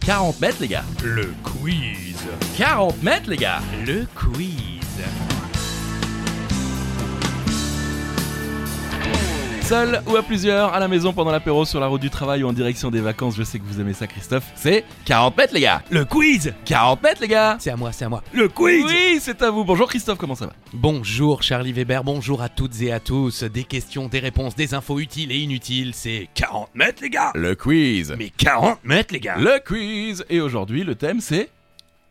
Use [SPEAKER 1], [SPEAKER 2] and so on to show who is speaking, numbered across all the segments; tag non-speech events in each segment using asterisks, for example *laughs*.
[SPEAKER 1] 40 mètres, les gars.
[SPEAKER 2] Le quiz.
[SPEAKER 1] 40 mètres, les gars.
[SPEAKER 2] Le quiz.
[SPEAKER 1] Seul ou à plusieurs, à la maison pendant l'apéro, sur la route du travail ou en direction des vacances, je sais que vous aimez ça, Christophe. C'est 40 mètres, les gars.
[SPEAKER 2] Le quiz.
[SPEAKER 1] 40 mètres, les gars.
[SPEAKER 2] C'est à moi, c'est à moi. Le quiz.
[SPEAKER 1] Oui, c'est à vous. Bonjour, Christophe, comment ça va
[SPEAKER 2] Bonjour Charlie Weber, bonjour à toutes et à tous. Des questions, des réponses, des infos utiles et inutiles. C'est 40 mètres, les gars.
[SPEAKER 1] Le quiz.
[SPEAKER 2] Mais 40 mètres, les gars.
[SPEAKER 1] Le quiz. Et aujourd'hui, le thème, c'est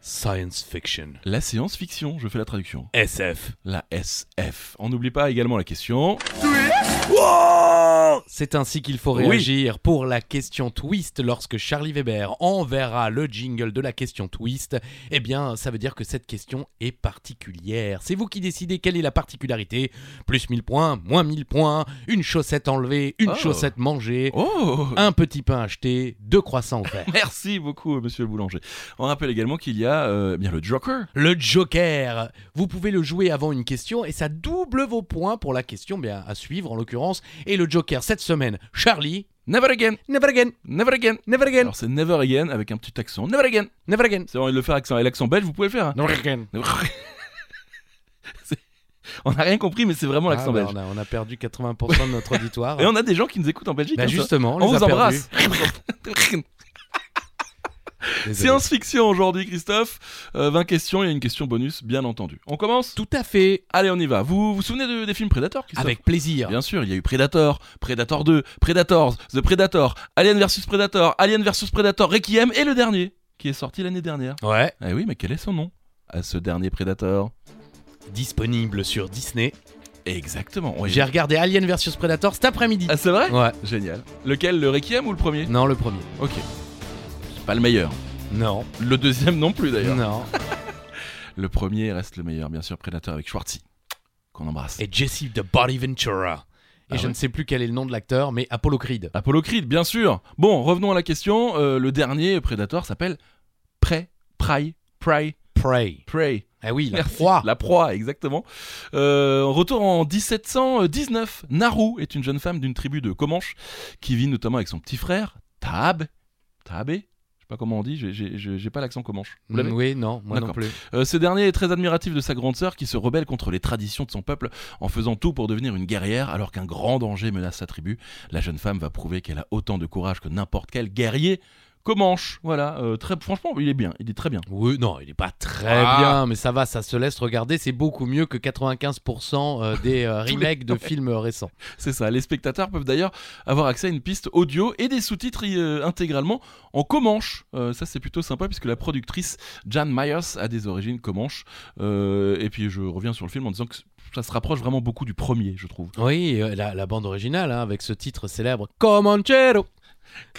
[SPEAKER 2] Science fiction.
[SPEAKER 1] la science-fiction. Je fais la traduction.
[SPEAKER 2] SF.
[SPEAKER 1] La SF. On n'oublie pas également la question.
[SPEAKER 2] C'est ainsi qu'il faut
[SPEAKER 1] Oui.
[SPEAKER 2] réagir pour la question twist lorsque Charlie Weber enverra le jingle de la question twist. Eh bien, ça veut dire que cette question est particulière. C'est vous qui décidez quelle est la particularité. Plus 1000 points, moins 1000 points, une chaussette enlevée, une
[SPEAKER 1] Oh.
[SPEAKER 2] chaussette mangée,
[SPEAKER 1] Oh *laughs*
[SPEAKER 2] un petit pain acheté, deux croissants offerts.
[SPEAKER 1] Merci beaucoup, monsieur le boulanger. On rappelle également qu'il y a euh, bien le Joker.
[SPEAKER 2] Le Joker Vous pouvez le jouer avant une question et ça double vos points pour la question bien, à suivre en l'occurrence. Et le Joker cette semaine, Charlie,
[SPEAKER 1] Never again,
[SPEAKER 2] never again,
[SPEAKER 1] never again.
[SPEAKER 2] never again,
[SPEAKER 1] Alors c'est never again avec un petit accent. Never again.
[SPEAKER 2] never again.
[SPEAKER 1] Si vous envie de le faire accent, avec l'accent belge, vous pouvez le faire. hein. *laughs*
[SPEAKER 2] Never again.
[SPEAKER 1] C'est- on n'a rien compris, mais c'est vraiment l'accent
[SPEAKER 2] Ah, bah,
[SPEAKER 1] belge.
[SPEAKER 2] on, a, on a perdu 80%
[SPEAKER 1] *laughs*
[SPEAKER 2] de notre auditoire.
[SPEAKER 1] Et on a des gens qui nous écoutent en Belgique.
[SPEAKER 2] Bah,
[SPEAKER 1] hein, ça.
[SPEAKER 2] justement,
[SPEAKER 1] on
[SPEAKER 2] les
[SPEAKER 1] vous
[SPEAKER 2] a
[SPEAKER 1] embrasse. *laughs*
[SPEAKER 2] perdus. Désolé.
[SPEAKER 1] Science-fiction aujourd'hui, Christophe. Euh, 20 questions, il y a une question bonus, bien entendu. On commence
[SPEAKER 2] Tout à fait.
[SPEAKER 1] Allez, on y va. Vous vous, souvenez de- des films Predator, Christophe
[SPEAKER 2] Avec plaisir.
[SPEAKER 1] Bien sûr, il y a eu Predator, Predator 2, Predators, The Predator, Alien vs Predator, Alien vs Predator, Requiem et le dernier, qui est sorti l'année dernière.
[SPEAKER 2] Ouais.
[SPEAKER 1] Eh oui, mais quel est son nom à ce dernier Predator
[SPEAKER 2] Disponible sur Disney.
[SPEAKER 1] Exactement. oui.
[SPEAKER 2] J'ai regardé Alien vs Predator cet après-midi.
[SPEAKER 1] Ah, c'est vrai
[SPEAKER 2] Ouais.
[SPEAKER 1] Génial. Lequel, le Requiem ou le premier
[SPEAKER 2] Non, le premier.
[SPEAKER 1] Ok. C'est pas le meilleur.
[SPEAKER 2] Non.
[SPEAKER 1] Le deuxième non plus d'ailleurs. *laughs*
[SPEAKER 2] Non.
[SPEAKER 1] Le premier reste le meilleur, bien sûr, Predator avec Schwartzy, qu'on embrasse.
[SPEAKER 2] Et Jesse de Body Ventura. Et
[SPEAKER 1] Ah
[SPEAKER 2] je
[SPEAKER 1] ouais.
[SPEAKER 2] ne sais plus quel est le nom de l'acteur, mais Apollo Creed.
[SPEAKER 1] Apollo Creed, bien sûr. Bon, revenons à la question. Euh, le dernier Predator s'appelle Prey, Pry, Pry,
[SPEAKER 2] Prey.
[SPEAKER 1] Prey.
[SPEAKER 2] Ah oui, la
[SPEAKER 1] Merci.
[SPEAKER 2] proie.
[SPEAKER 1] La proie, exactement. Euh, retour en 1719. Naru est une jeune femme d'une tribu de Comanches qui vit notamment avec son petit frère, Tab. Tabé Je sais pas comment on dit, j'ai- j'ai j'ai- j'ai pas l'accent Comanche. Vous l'avez
[SPEAKER 2] Mm, Oui, non, moi non
[SPEAKER 1] D'accord.
[SPEAKER 2] plus.
[SPEAKER 1] Euh, ce dernier est très admiratif de sa grande sœur qui se rebelle contre les traditions de son peuple en faisant tout pour devenir une guerrière alors qu'un grand danger menace sa tribu. La jeune femme va prouver qu'elle a autant de courage que n'importe quel guerrier Comanche. Voilà, euh, très, franchement, il est bien, il est très bien.
[SPEAKER 2] Oui, non, il est pas très
[SPEAKER 1] Ah.
[SPEAKER 2] bien, mais ça va, ça se laisse regarder. C'est beaucoup mieux que 95% euh, des euh,
[SPEAKER 1] *laughs* Tous les-
[SPEAKER 2] remakes de films récents.
[SPEAKER 1] C'est ça. Les spectateurs peuvent d'ailleurs avoir accès à une piste audio et des sous-titres euh, intégralement en Comanche. Euh, ça, c'est plutôt sympa puisque la productrice Jan Myers a des origines Comanche. Euh, et puis, je reviens sur le film en disant que ça se rapproche vraiment beaucoup du premier, je trouve.
[SPEAKER 2] Oui, euh, la, la bande originale hein, avec ce titre célèbre Comanchero,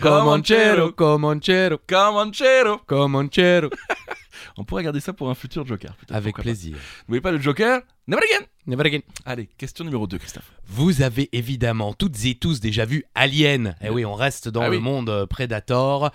[SPEAKER 1] Comanchero,
[SPEAKER 2] Comanchero, Comanchero,
[SPEAKER 1] Comanchero.
[SPEAKER 2] Comanchero.
[SPEAKER 1] *laughs* On pourrait garder ça pour un futur Joker. peut-être,
[SPEAKER 2] Avec
[SPEAKER 1] pourquoi pas.
[SPEAKER 2] plaisir.
[SPEAKER 1] N'oubliez pas le Joker. Never again.
[SPEAKER 2] Never again.
[SPEAKER 1] Allez, question numéro 2, Christophe.
[SPEAKER 2] Vous avez évidemment toutes et tous déjà vu Alien. Eh oui, on reste dans
[SPEAKER 1] Ah
[SPEAKER 2] le
[SPEAKER 1] oui.
[SPEAKER 2] monde euh, Predator.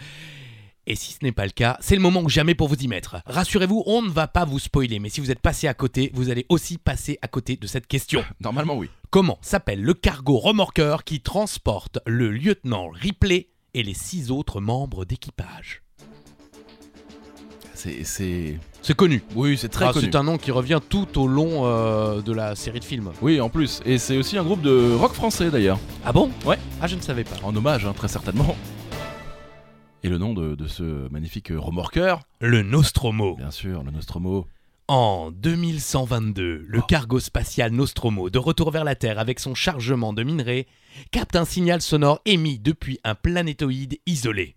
[SPEAKER 2] Et si ce n'est pas le cas, c'est le moment que jamais pour vous y mettre. Rassurez-vous, on ne va pas vous spoiler, mais si vous êtes passé à côté, vous allez aussi passer à côté de cette question.
[SPEAKER 1] *laughs* Normalement, oui.
[SPEAKER 2] Comment s'appelle le cargo remorqueur qui transporte le lieutenant Ripley et les six autres membres d'équipage
[SPEAKER 1] C'est. c'est-
[SPEAKER 2] C'est connu.
[SPEAKER 1] Oui, c'est très
[SPEAKER 2] Ah,
[SPEAKER 1] connu.
[SPEAKER 2] C'est un nom qui revient tout au long euh, de la série de films.
[SPEAKER 1] Oui, en plus. Et c'est aussi un groupe de rock français d'ailleurs.
[SPEAKER 2] Ah bon
[SPEAKER 1] Ouais.
[SPEAKER 2] Ah, je ne savais pas.
[SPEAKER 1] En hommage, hein, très certainement. Et le nom de, de ce magnifique remorqueur,
[SPEAKER 2] Le Nostromo.
[SPEAKER 1] bien sûr, le Nostromo.
[SPEAKER 2] En 2122, le
[SPEAKER 1] Oh.
[SPEAKER 2] cargo spatial Nostromo, de retour vers la Terre avec son chargement de minerais, capte un signal sonore émis depuis un planétoïde isolé.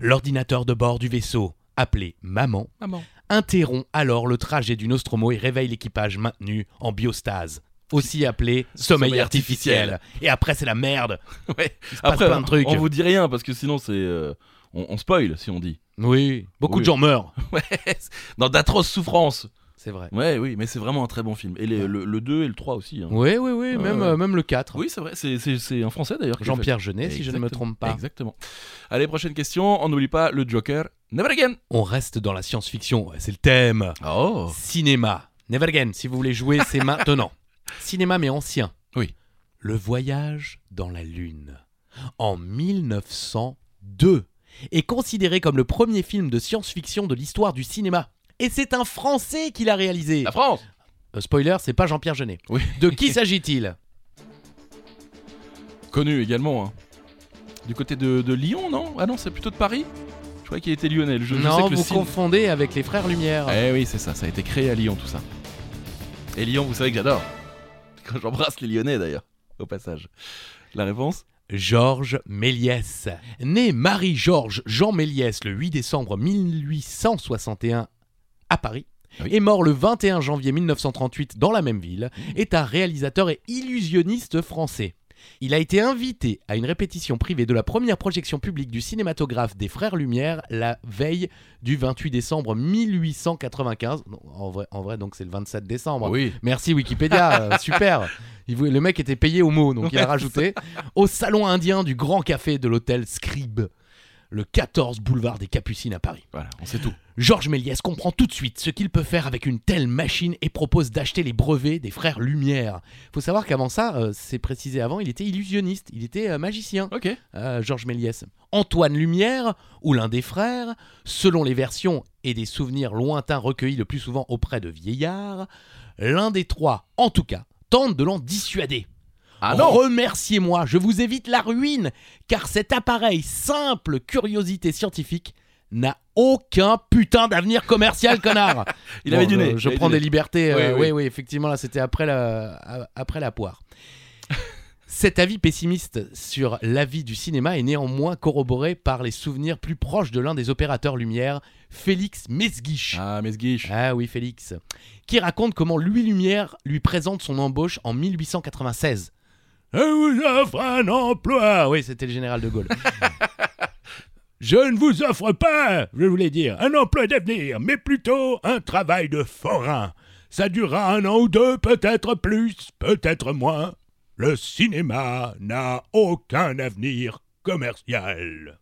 [SPEAKER 2] L'ordinateur de bord du vaisseau, appelé Maman,
[SPEAKER 1] Maman.
[SPEAKER 2] interrompt alors le trajet du Nostromo et réveille l'équipage maintenu en biostase, aussi appelé sommeil,
[SPEAKER 1] Sommeil
[SPEAKER 2] artificiel. Et après, c'est la merde.
[SPEAKER 1] Ouais.
[SPEAKER 2] Il se passe
[SPEAKER 1] Après,
[SPEAKER 2] plein de trucs.
[SPEAKER 1] on vous dit rien parce que sinon c'est, euh, on, on spoil si on dit. *laughs*
[SPEAKER 2] Oui, beaucoup
[SPEAKER 1] Oui.
[SPEAKER 2] de gens meurent.
[SPEAKER 1] Ouais. Dans d'atroces souffrances.
[SPEAKER 2] C'est vrai.
[SPEAKER 1] Ouais, oui, mais c'est vraiment un très bon film. Et les-
[SPEAKER 2] Ouais.
[SPEAKER 1] le, le 2 et le 3 aussi. hein.
[SPEAKER 2] Oui, oui,
[SPEAKER 1] Ouais,
[SPEAKER 2] oui, même,
[SPEAKER 1] ouais.
[SPEAKER 2] euh, même le 4.
[SPEAKER 1] Oui, c'est vrai. C'est, c'est- c'est un français d'ailleurs. qui l'a
[SPEAKER 2] Jean-Pierre Jeunet, si je ne me
[SPEAKER 1] Exactement.
[SPEAKER 2] trompe pas.
[SPEAKER 1] Exactement. Allez, prochaine question. On n'oublie pas le Joker. Never again.
[SPEAKER 2] On reste dans la science-fiction, ouais, c'est le thème.
[SPEAKER 1] Oh.
[SPEAKER 2] Cinéma. Never again, si vous voulez jouer, c'est maintenant. *laughs* Cinéma, mais ancien.
[SPEAKER 1] Oui.
[SPEAKER 2] Le voyage dans la Lune. En 1902, est considéré comme le premier film de science-fiction de l'histoire du cinéma. Et c'est un Français qui l'a réalisé.
[SPEAKER 1] La France
[SPEAKER 2] Euh, spoiler, c'est pas Jean-Pierre Jeunet.
[SPEAKER 1] Ah, Oui.
[SPEAKER 2] De qui s'agit-il
[SPEAKER 1] Connu également. hein. Du côté de, de Lyon, non Ah non, c'est plutôt de Paris Je croyais qu'il était lyonnais. Je, je sais
[SPEAKER 2] Non,
[SPEAKER 1] que le
[SPEAKER 2] vous
[SPEAKER 1] signe-
[SPEAKER 2] confondez avec les Frères Lumière.
[SPEAKER 1] Eh oui, c'est ça, ça a été créé à Lyon tout ça. Et Lyon, vous savez que j'adore. Quand j'embrasse les Lyonnais d'ailleurs, au passage. La réponse
[SPEAKER 2] Georges Méliès. Né Marie-Georges Jean Méliès le 8 décembre 1861 à Paris,
[SPEAKER 1] Oui.
[SPEAKER 2] est mort le 21 janvier 1938 dans la même ville, est un réalisateur et illusionniste français. Il a été invité à une répétition privée de la première projection publique du cinématographe des Frères Lumière la veille du 28 décembre 1895. Non, En vrai, en vrai donc c'est le 27 décembre.
[SPEAKER 1] Oui.
[SPEAKER 2] Merci Wikipédia, euh, super. Il voulait- le mec était payé au mot, donc il a
[SPEAKER 1] Ouais,
[SPEAKER 2] rajouté au salon indien du Grand Café de l'hôtel Scribe, le 14 boulevard des Capucines à Paris.
[SPEAKER 1] Voilà, on sait tout.
[SPEAKER 2] Georges Méliès comprend tout de suite ce qu'il peut faire avec une telle machine et propose d'acheter les brevets des frères Lumière. Faut savoir qu'avant ça, euh, c'est précisé avant, il était illusionniste, il était euh, magicien.
[SPEAKER 1] Ok.
[SPEAKER 2] Euh, Georges Méliès. Antoine Lumière, ou l'un des frères, selon les versions et des souvenirs lointains recueillis le plus souvent auprès de vieillards, l'un des trois, en tout cas, tente de l'en dissuader.
[SPEAKER 1] Ah non
[SPEAKER 2] Remerciez-moi, je vous évite la ruine, car cet appareil simple curiosité scientifique n'a aucun putain d'avenir commercial, connard
[SPEAKER 1] Il avait
[SPEAKER 2] Bon,
[SPEAKER 1] du
[SPEAKER 2] je-
[SPEAKER 1] nez. il
[SPEAKER 2] Je
[SPEAKER 1] avait
[SPEAKER 2] prends
[SPEAKER 1] du
[SPEAKER 2] des
[SPEAKER 1] nez.
[SPEAKER 2] libertés. euh,
[SPEAKER 1] Oui,
[SPEAKER 2] oui,
[SPEAKER 1] oui.
[SPEAKER 2] oui, effectivement, là, c'était après la, après la poire. Cet avis pessimiste sur l'avis du cinéma est néanmoins corroboré par les souvenirs plus proches de l'un des opérateurs Lumière, Félix Mesguich.
[SPEAKER 1] Ah, Mesguiche.
[SPEAKER 2] Ah oui, Félix. Qui raconte comment Louis Lumière lui présente son embauche en 1896. Je vous offre un emploi Oui, c'était le général de Gaulle. *laughs* Je ne vous offre pas, je voulais dire, un emploi d'avenir, mais plutôt un travail de forain. Ça durera un an ou deux, peut-être plus, peut-être moins. Le cinéma n'a aucun avenir commercial.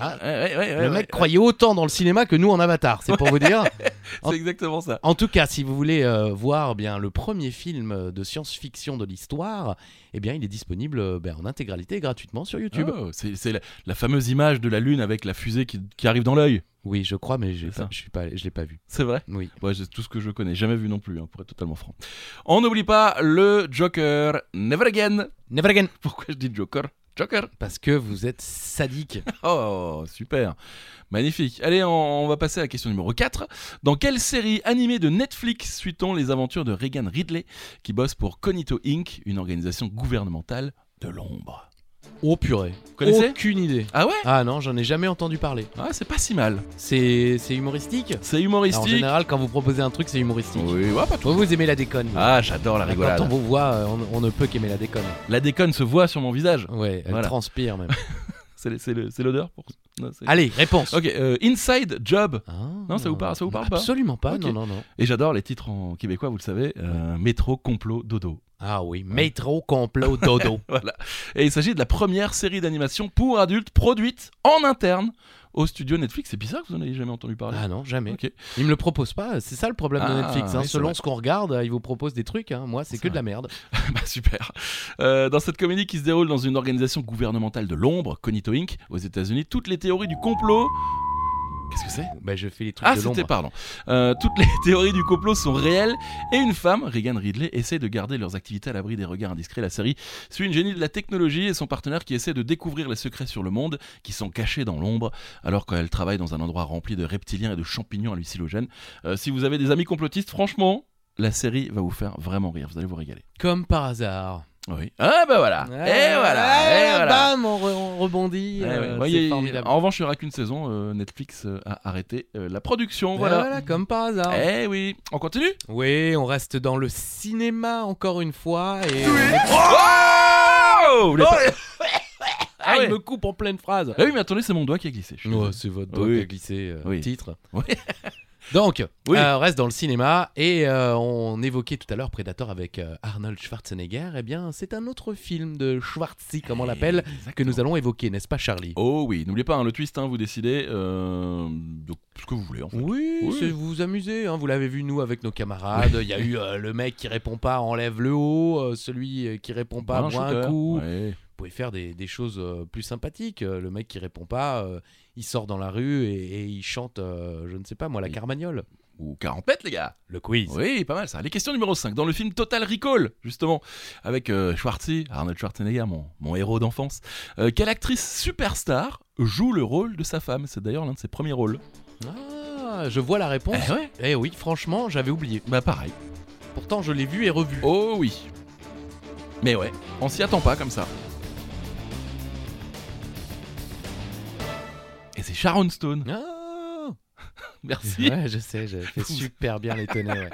[SPEAKER 1] Ouais, ouais, ouais,
[SPEAKER 2] Le
[SPEAKER 1] ouais,
[SPEAKER 2] mec
[SPEAKER 1] ouais.
[SPEAKER 2] croyait autant dans le cinéma que nous en Avatar, c'est pour vous dire.
[SPEAKER 1] C'est exactement ça.
[SPEAKER 2] En tout cas, si vous voulez euh, voir bien le premier film de science-fiction de l'histoire, eh bien, il est disponible euh, ben, en intégralité et gratuitement sur YouTube.
[SPEAKER 1] Oh, c'est c'est la, la fameuse image de la lune avec la fusée qui, qui arrive dans l'œil.
[SPEAKER 2] Oui, je crois, mais j'ai
[SPEAKER 1] C'est ça.
[SPEAKER 2] pas- je suis pas, allé- je l'ai pas vu.
[SPEAKER 1] C'est vrai
[SPEAKER 2] Oui.
[SPEAKER 1] Ouais, c'est tout ce que je connais. Jamais vu non plus, hein, pour être totalement franc. On n'oublie pas le Joker Never Again. *laughs*
[SPEAKER 2] Never again.
[SPEAKER 1] Pourquoi je dis Joker Joker *laughs*
[SPEAKER 2] Parce que vous êtes sadique.
[SPEAKER 1] Oh, super. Magnifique. Allez, on, on va passer à la question numéro 4. Dans quelle série animée de Netflix suit-on les aventures de Regan Ridley, qui bosse pour Cognito Inc., une organisation gouvernementale de l'ombre
[SPEAKER 2] oh purée.
[SPEAKER 1] Vous connaissez
[SPEAKER 2] Aucune idée.
[SPEAKER 1] Ah ouais
[SPEAKER 2] Ah non, j'en ai jamais entendu parler.
[SPEAKER 1] Ah, c'est pas si mal.
[SPEAKER 2] C'est c'est humoristique.
[SPEAKER 1] C'est
[SPEAKER 2] Alors, en
[SPEAKER 1] humoristique.
[SPEAKER 2] général, quand vous proposez un truc, c'est humoristique.
[SPEAKER 1] Oui, ouais, pas tout.
[SPEAKER 2] Vous, vous aimez la déconne. vous.
[SPEAKER 1] Ah, j'adore la rigolade.
[SPEAKER 2] quand on vous voit, euh, on, on ne peut qu'aimer la déconne.
[SPEAKER 1] La déconne se voit sur mon visage.
[SPEAKER 2] Ouais, elle
[SPEAKER 1] Voilà.
[SPEAKER 2] transpire même.
[SPEAKER 1] C'est le- c'est le- c'est l'odeur pour. non, c'est-
[SPEAKER 2] Allez, réponse.
[SPEAKER 1] Ok, euh, Inside Job.
[SPEAKER 2] Non,
[SPEAKER 1] ça vous parle- ça vous parle pas
[SPEAKER 2] Absolument pas.
[SPEAKER 1] Ok.
[SPEAKER 2] Non, non, non.
[SPEAKER 1] Et j'adore les titres en québécois, vous le savez. euh, Métro, complot, dodo.
[SPEAKER 2] Ah oui, métro, complot, *laughs* dodo.
[SPEAKER 1] Voilà. Et il s'agit de la première série d'animation pour adultes produite en interne au studio Netflix. C'est bizarre que vous n'en ayez jamais entendu parler.
[SPEAKER 2] Ah non, jamais.
[SPEAKER 1] Ok. *laughs*
[SPEAKER 2] Ils me le proposent pas. C'est ça le problème de
[SPEAKER 1] Ah,
[SPEAKER 2] Netflix. hein.
[SPEAKER 1] oui, c'est
[SPEAKER 2] Selon
[SPEAKER 1] vrai.
[SPEAKER 2] ce qu'on regarde, euh, ils vous proposent des trucs. hein. Moi, c'est
[SPEAKER 1] C'est
[SPEAKER 2] que de la merde.
[SPEAKER 1] Bah, super. Euh, dans cette comédie qui se déroule dans une organisation gouvernementale de l'ombre, Cognito Inc., aux États-Unis, toutes les théories du complot. Qu'est-ce que c'est
[SPEAKER 2] Bah, je fais les trucs
[SPEAKER 1] Ah,
[SPEAKER 2] de
[SPEAKER 1] c'était
[SPEAKER 2] l'ombre.
[SPEAKER 1] pardon. Euh, toutes les *laughs* théories du complot sont réelles et une femme, Regan Ridley, essaie de garder leurs activités à l'abri des regards indiscrets. La série suit une génie de la technologie et son partenaire qui essaie de découvrir les secrets sur le monde qui sont cachés dans l'ombre alors qu'elle travaille dans un endroit rempli de reptiliens et de champignons hallucinogènes. Euh, si vous avez des amis complotistes, franchement, la série va vous faire vraiment rire. Vous allez vous régaler.
[SPEAKER 2] Comme par hasard.
[SPEAKER 1] Oui. Ah bah voilà. et voilà. Et
[SPEAKER 2] Ah,
[SPEAKER 1] voilà.
[SPEAKER 2] Bam, on, re- on rebondit.
[SPEAKER 1] Eh ouais.
[SPEAKER 2] euh,
[SPEAKER 1] Ouais,
[SPEAKER 2] c'est
[SPEAKER 1] il-
[SPEAKER 2] formidable.
[SPEAKER 1] en revanche, il n'y aura qu'une saison. euh, Netflix euh, a arrêté euh, la production.
[SPEAKER 2] Ah,
[SPEAKER 1] Voilà.
[SPEAKER 2] comme par hasard.
[SPEAKER 1] Eh oui, on continue
[SPEAKER 2] Oui, on reste dans le cinéma encore une fois. Et...
[SPEAKER 1] Oh Vous l'avez pas-
[SPEAKER 2] Ah,
[SPEAKER 1] Ah ouais.
[SPEAKER 2] il me coupe en pleine phrase.
[SPEAKER 1] Ah oui, mais attendez, c'est mon doigt qui a glissé. je suis
[SPEAKER 2] Ouais,
[SPEAKER 1] désolé.
[SPEAKER 2] c'est votre doigt
[SPEAKER 1] Oui.
[SPEAKER 2] qui a glissé euh,
[SPEAKER 1] Oui.
[SPEAKER 2] titre.
[SPEAKER 1] Oui.
[SPEAKER 2] *laughs* Donc,
[SPEAKER 1] Oui.
[SPEAKER 2] euh, on reste dans le cinéma et euh, on évoquait tout à l'heure Predator avec euh, Arnold Schwarzenegger. Eh bien, c'est un autre film de Schwarzy, comme on l'appelle,
[SPEAKER 1] Exactement.
[SPEAKER 2] que nous allons évoquer, n'est-ce pas, Charlie
[SPEAKER 1] Oh oui, n'oubliez pas, hein, le twist, hein, vous décidez. euh, donc, ce que vous voulez en fait.
[SPEAKER 2] Oui,
[SPEAKER 1] Oui.
[SPEAKER 2] c'est- vous vous amusez, hein, vous l'avez vu nous avec nos camarades, il y a eu euh, le mec qui répond pas enlève le haut, euh, celui euh, qui répond pas
[SPEAKER 1] Voilà,
[SPEAKER 2] boit un
[SPEAKER 1] shooter.
[SPEAKER 2] coup.
[SPEAKER 1] Ouais.
[SPEAKER 2] Vous pouvez faire des, des choses euh, plus sympathiques, Euh, le mec qui répond pas, euh, il sort dans la rue et, et il chante, euh, je ne sais pas moi, la
[SPEAKER 1] Oui.
[SPEAKER 2] carmagnole.
[SPEAKER 1] Ou 40 mètres les gars
[SPEAKER 2] Le quiz.
[SPEAKER 1] Oui, pas mal ça. Les questions numéro 5, dans le film Total Recall, justement, avec euh, Schwarzy, Arnold Schwarzenegger, mon, mon héros d'enfance, euh, quelle actrice superstar joue le rôle de sa femme C'est d'ailleurs l'un de ses premiers rôles.
[SPEAKER 2] Ah, je vois la réponse.
[SPEAKER 1] Eh ouais
[SPEAKER 2] Eh oui, franchement, j'avais oublié.
[SPEAKER 1] Bah pareil.
[SPEAKER 2] Pourtant, je l'ai vu et revu.
[SPEAKER 1] Oh oui. Mais ouais, on s'y attend pas comme ça. Et c'est Sharon
[SPEAKER 2] *laughs*
[SPEAKER 1] Stone.
[SPEAKER 2] Ah
[SPEAKER 1] Merci.
[SPEAKER 2] Ouais, je sais, j'ai fait super bien l'étonné. *laughs* Ouais.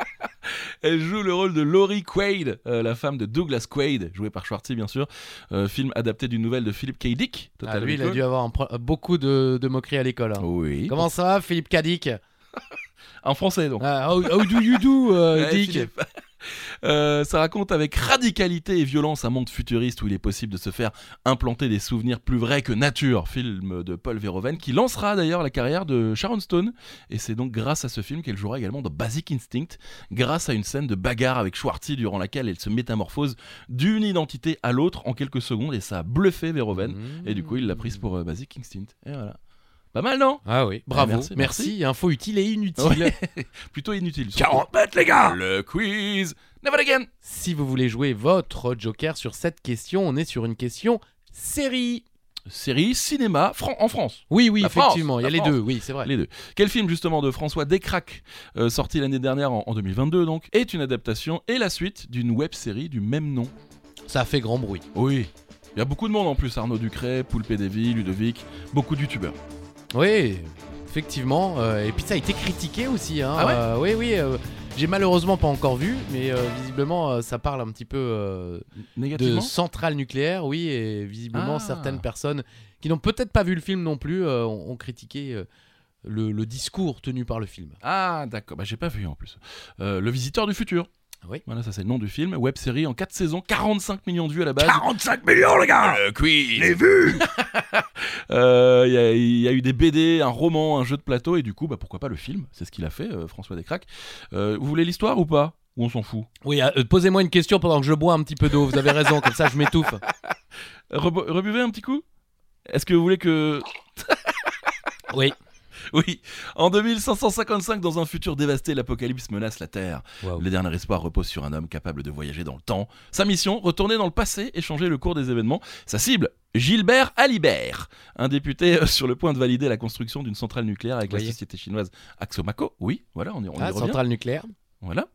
[SPEAKER 1] Elle joue le rôle de Laurie Quaid, euh, la femme de Douglas Quaid, jouée par Schwartz bien sûr. Euh, film adapté d'une nouvelle de Philip K. Dick.
[SPEAKER 2] Ah,
[SPEAKER 1] Total
[SPEAKER 2] lui, il a
[SPEAKER 1] Recall.
[SPEAKER 2] dû avoir un pro- beaucoup de, de moqueries à l'école. hein.
[SPEAKER 1] Oui.
[SPEAKER 2] Comment ça va, Philippe Cadic
[SPEAKER 1] En français donc.
[SPEAKER 2] Ah, how, how do you do, euh,
[SPEAKER 1] Ouais,
[SPEAKER 2] Dick
[SPEAKER 1] Philippe. Euh, ça raconte avec radicalité et violence un monde futuriste où il est possible de se faire implanter des souvenirs plus vrais que nature. Film de Paul Verhoeven qui lancera d'ailleurs la carrière de Sharon Stone. Et c'est donc grâce à ce film qu'elle jouera également dans Basic Instinct, grâce à une scène de bagarre avec Schwartz durant laquelle elle se métamorphose d'une identité à l'autre en quelques secondes et ça a bluffé Verhoeven. Et du coup, il l'a prise pour euh, Basic Instinct. Et voilà. Pas mal, non
[SPEAKER 2] Mm. Ah oui, bravo.
[SPEAKER 1] Ah,
[SPEAKER 2] merci,
[SPEAKER 1] merci,
[SPEAKER 2] info utile et inutile.
[SPEAKER 1] Ouais. Plutôt inutile. surtout.
[SPEAKER 2] 40 mètres, les gars
[SPEAKER 1] Le quiz Never again
[SPEAKER 2] Si vous voulez jouer votre joker sur cette question, on est sur une question série.
[SPEAKER 1] Série, cinéma, Fran- en France.
[SPEAKER 2] Oui, oui,
[SPEAKER 1] La France,
[SPEAKER 2] effectivement, il y a
[SPEAKER 1] la
[SPEAKER 2] les
[SPEAKER 1] France.
[SPEAKER 2] deux, oui, c'est vrai.
[SPEAKER 1] Les deux. Quel film justement de François Descraques, euh, sorti l'année dernière en, en 2022 donc, est une adaptation et la suite d'une web série du même nom
[SPEAKER 2] Ça fait grand bruit.
[SPEAKER 1] Oui. Il y a beaucoup de monde en plus, Arnaud Ducret, Poulpe Davy, Ludovic, beaucoup de youtubeurs.
[SPEAKER 2] Oui, effectivement. euh, et puis ça a été critiqué aussi. hein,
[SPEAKER 1] Ah ouais
[SPEAKER 2] euh, oui, oui. euh, j'ai malheureusement pas encore vu, mais euh, visiblement euh, ça parle un petit peu euh, de
[SPEAKER 1] Négativement
[SPEAKER 2] centrales nucléaires, oui, et visiblement
[SPEAKER 1] Ah.
[SPEAKER 2] certaines personnes qui n'ont peut-être pas vu le film non plus euh, ont, ont critiqué euh, le, le discours tenu par le film.
[SPEAKER 1] Ah d'accord, bah j'ai pas vu en plus. Euh, le Visiteur du Futur.
[SPEAKER 2] Oui.
[SPEAKER 1] Voilà, ça c'est le nom du film. Web série en 4 saisons, 45 millions de vues à la base.
[SPEAKER 3] 45 millions, les gars
[SPEAKER 1] Le quiz
[SPEAKER 3] Les vues
[SPEAKER 1] *laughs* Euh, Il y a- il y, a eu des BD, un roman, un jeu de plateau, et du coup, bah, pourquoi pas le film C'est ce qu'il a fait, euh, François Descraques. Euh, vous voulez l'histoire ou pas Ou on s'en fout
[SPEAKER 2] Oui, euh, posez-moi une question pendant que je bois un petit peu d'eau, vous avez raison, comme ça je m'étouffe.
[SPEAKER 1] Rebu- Rebuvez un petit coup Est-ce que vous voulez que...
[SPEAKER 2] Oui.
[SPEAKER 1] Oui, en 2555, dans un futur dévasté, l'apocalypse menace la Terre. Le dernier espoir repose sur un homme capable de voyager dans le temps. Sa mission, retourner dans le passé et changer le cours des événements. Sa cible, Gilbert Alibert, un député euh, sur le point de valider la construction d'une centrale nucléaire avec
[SPEAKER 2] Voyez.
[SPEAKER 1] la société chinoise Axomaco. Oui, voilà, on y, on y
[SPEAKER 2] Ah,
[SPEAKER 1] revient.
[SPEAKER 2] centrale nucléaire.
[SPEAKER 1] Voilà.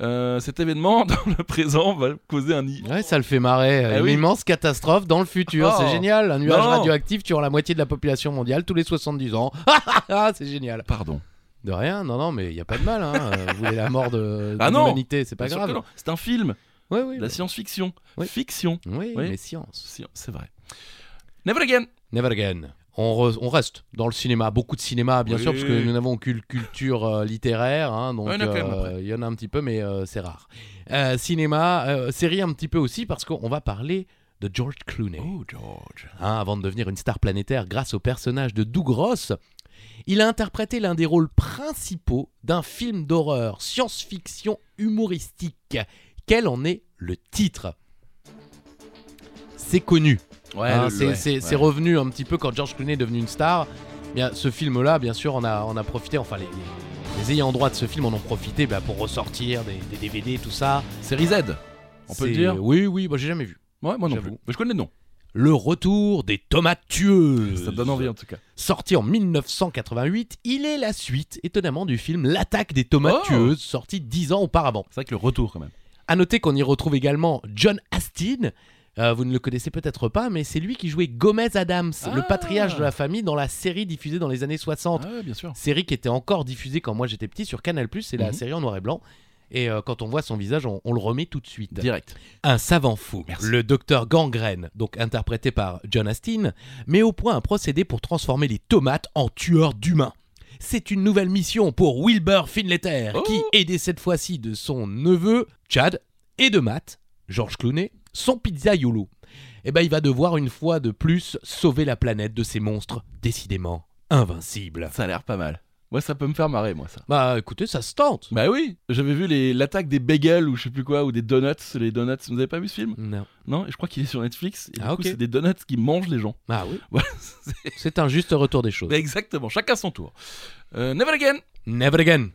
[SPEAKER 1] Euh, cet événement, *laughs* dans le présent, va causer un... i-
[SPEAKER 2] Ouais, ça le fait marrer.
[SPEAKER 1] Eh
[SPEAKER 2] Une
[SPEAKER 1] oui.
[SPEAKER 2] immense catastrophe dans le futur,
[SPEAKER 1] Oh.
[SPEAKER 2] c'est génial. Un nuage
[SPEAKER 1] Non.
[SPEAKER 2] radioactif tuant la moitié de la population mondiale tous les 70 ans. *laughs* Ah, c'est génial.
[SPEAKER 1] Pardon.
[SPEAKER 2] De rien, non, non, mais il n'y a pas de mal. hein.
[SPEAKER 1] *laughs*
[SPEAKER 2] Euh, Vous voulez la mort de, de
[SPEAKER 1] Ah non.
[SPEAKER 2] l'humanité, c'est pas
[SPEAKER 1] Bien sûr que
[SPEAKER 2] grave.
[SPEAKER 1] non. C'est un film,
[SPEAKER 2] Oui, oui,
[SPEAKER 1] de la science-fiction.
[SPEAKER 2] Oui.
[SPEAKER 1] Fiction.
[SPEAKER 2] oui,
[SPEAKER 1] Oui.
[SPEAKER 2] mais science.
[SPEAKER 1] Si- C'est vrai. Never again.
[SPEAKER 2] Never again. On, re- on reste dans le cinéma, beaucoup de cinéma bien
[SPEAKER 1] Oui.
[SPEAKER 2] sûr, parce que nous n'avons qu'une culture euh, littéraire, hein, donc
[SPEAKER 1] Ouais, il y en a quand même,
[SPEAKER 2] euh,
[SPEAKER 1] après.
[SPEAKER 2] il y en a un petit peu, mais euh, c'est rare. Euh, cinéma, euh, série un petit peu aussi, parce qu'on va parler de George Clooney.
[SPEAKER 1] Oh, George.
[SPEAKER 2] Hein, avant de devenir une star planétaire grâce au personnage de Doug Ross, il a interprété l'un des rôles principaux d'un film d'horreur science-fiction humoristique. Quel en est le titre C'est connu.
[SPEAKER 1] Ouais,
[SPEAKER 2] Hein,
[SPEAKER 1] le-
[SPEAKER 2] c'est
[SPEAKER 1] ouais,
[SPEAKER 2] c'est-
[SPEAKER 1] ouais.
[SPEAKER 2] c'est revenu un petit peu quand George Clooney est devenu une star. Bien, ce film-là, bien sûr, on a, on a profité, enfin les, les- les ayants droit de ce film en ont profité bah, pour ressortir des, des DVD, tout ça.
[SPEAKER 1] Série Z. On peut le
[SPEAKER 2] C'est-
[SPEAKER 1] dire
[SPEAKER 2] Oui, oui, bah, j'ai jamais vu.
[SPEAKER 1] Ouais, moi non
[SPEAKER 2] J'avoue.
[SPEAKER 1] plus. Mais je connais le nom.
[SPEAKER 2] Le retour des tomates tueuses.
[SPEAKER 1] Ça me donne envie en tout cas.
[SPEAKER 2] Sorti en 1988, il est la suite, étonnamment, du film L'attaque des tomates
[SPEAKER 1] Oh.
[SPEAKER 2] tueuses, sorti dix ans auparavant.
[SPEAKER 1] C'est vrai que le retour quand même.
[SPEAKER 2] À noter qu'on y retrouve également John Astin. Euh, vous ne le connaissez peut-être pas, mais c'est lui qui jouait Gomez Adams, le
[SPEAKER 1] Ah.
[SPEAKER 2] patriarche de la famille, dans la série diffusée dans les années 60.
[SPEAKER 1] Ah ouais, bien sûr.
[SPEAKER 2] Série qui était encore diffusée quand moi j'étais petit sur Canal+, c'est la
[SPEAKER 1] Mhm.
[SPEAKER 2] série en noir et blanc. Et euh, quand on voit son visage, on, on le remet tout de suite.
[SPEAKER 1] Direct.
[SPEAKER 2] Un savant fou,
[SPEAKER 1] Merci.
[SPEAKER 2] le docteur Gangrène, donc interprété par John Astin, met au point un procédé pour transformer les tomates en tueurs d'humains. C'est une nouvelle mission pour Wilbur Finletter,
[SPEAKER 1] Oh.
[SPEAKER 2] qui, aidé cette fois-ci de son neveu, Chad, et de Matt, George Clooney, son pizzaiolo. Eh ben, il va devoir une fois de plus sauver la planète de ces monstres décidément invincibles.
[SPEAKER 1] Ça a l'air pas mal. Moi, ça peut me faire marrer, moi, ça.
[SPEAKER 2] Bah écoutez, ça se tente.
[SPEAKER 1] Bah oui, j'avais vu les- l'attaque des bagels ou je sais plus quoi, ou des donuts, les donuts. Vous avez pas vu ce film
[SPEAKER 2] Non.
[SPEAKER 1] Non, et je crois qu'il est sur Netflix. Et du
[SPEAKER 2] Ah,
[SPEAKER 1] coup,
[SPEAKER 2] ok.
[SPEAKER 1] c'est des donuts qui mangent les gens.
[SPEAKER 2] Ah
[SPEAKER 1] *laughs*
[SPEAKER 2] oui.
[SPEAKER 1] Voilà,
[SPEAKER 2] C'est un juste retour des choses.
[SPEAKER 1] Bah, exactement, chacun son tour. Euh, Never Again
[SPEAKER 2] Never again.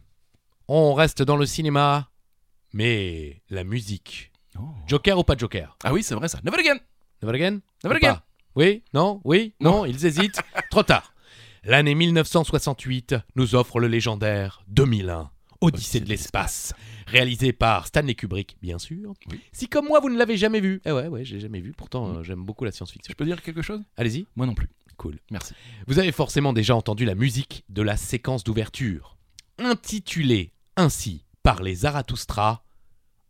[SPEAKER 2] On reste dans le cinéma, mais la musique.
[SPEAKER 1] Oh.
[SPEAKER 2] Joker ou pas Joker
[SPEAKER 1] Ah oui, c'est vrai ça. Never Again
[SPEAKER 2] Never again
[SPEAKER 1] Never
[SPEAKER 2] Ou
[SPEAKER 1] Again
[SPEAKER 2] pas Oui, non, oui, non, ils *laughs* hésitent. Trop tard. L'année 1968 nous offre le légendaire 2001, Odyssée de l'espace, réalisé par Stanley Kubrick, bien sûr.
[SPEAKER 1] Oui.
[SPEAKER 2] Si comme moi vous ne l'avez jamais vu, eh ouais, ouais, j'ai jamais vu, pourtant euh, j'aime beaucoup la
[SPEAKER 1] Je
[SPEAKER 2] science-fiction.
[SPEAKER 1] peux dire quelque chose
[SPEAKER 2] Allez-y.
[SPEAKER 1] Moi non plus.
[SPEAKER 2] Cool.
[SPEAKER 1] Merci.
[SPEAKER 2] Vous avez forcément déjà entendu la musique de la séquence d'ouverture, intitulée ainsi par les Zarathustra,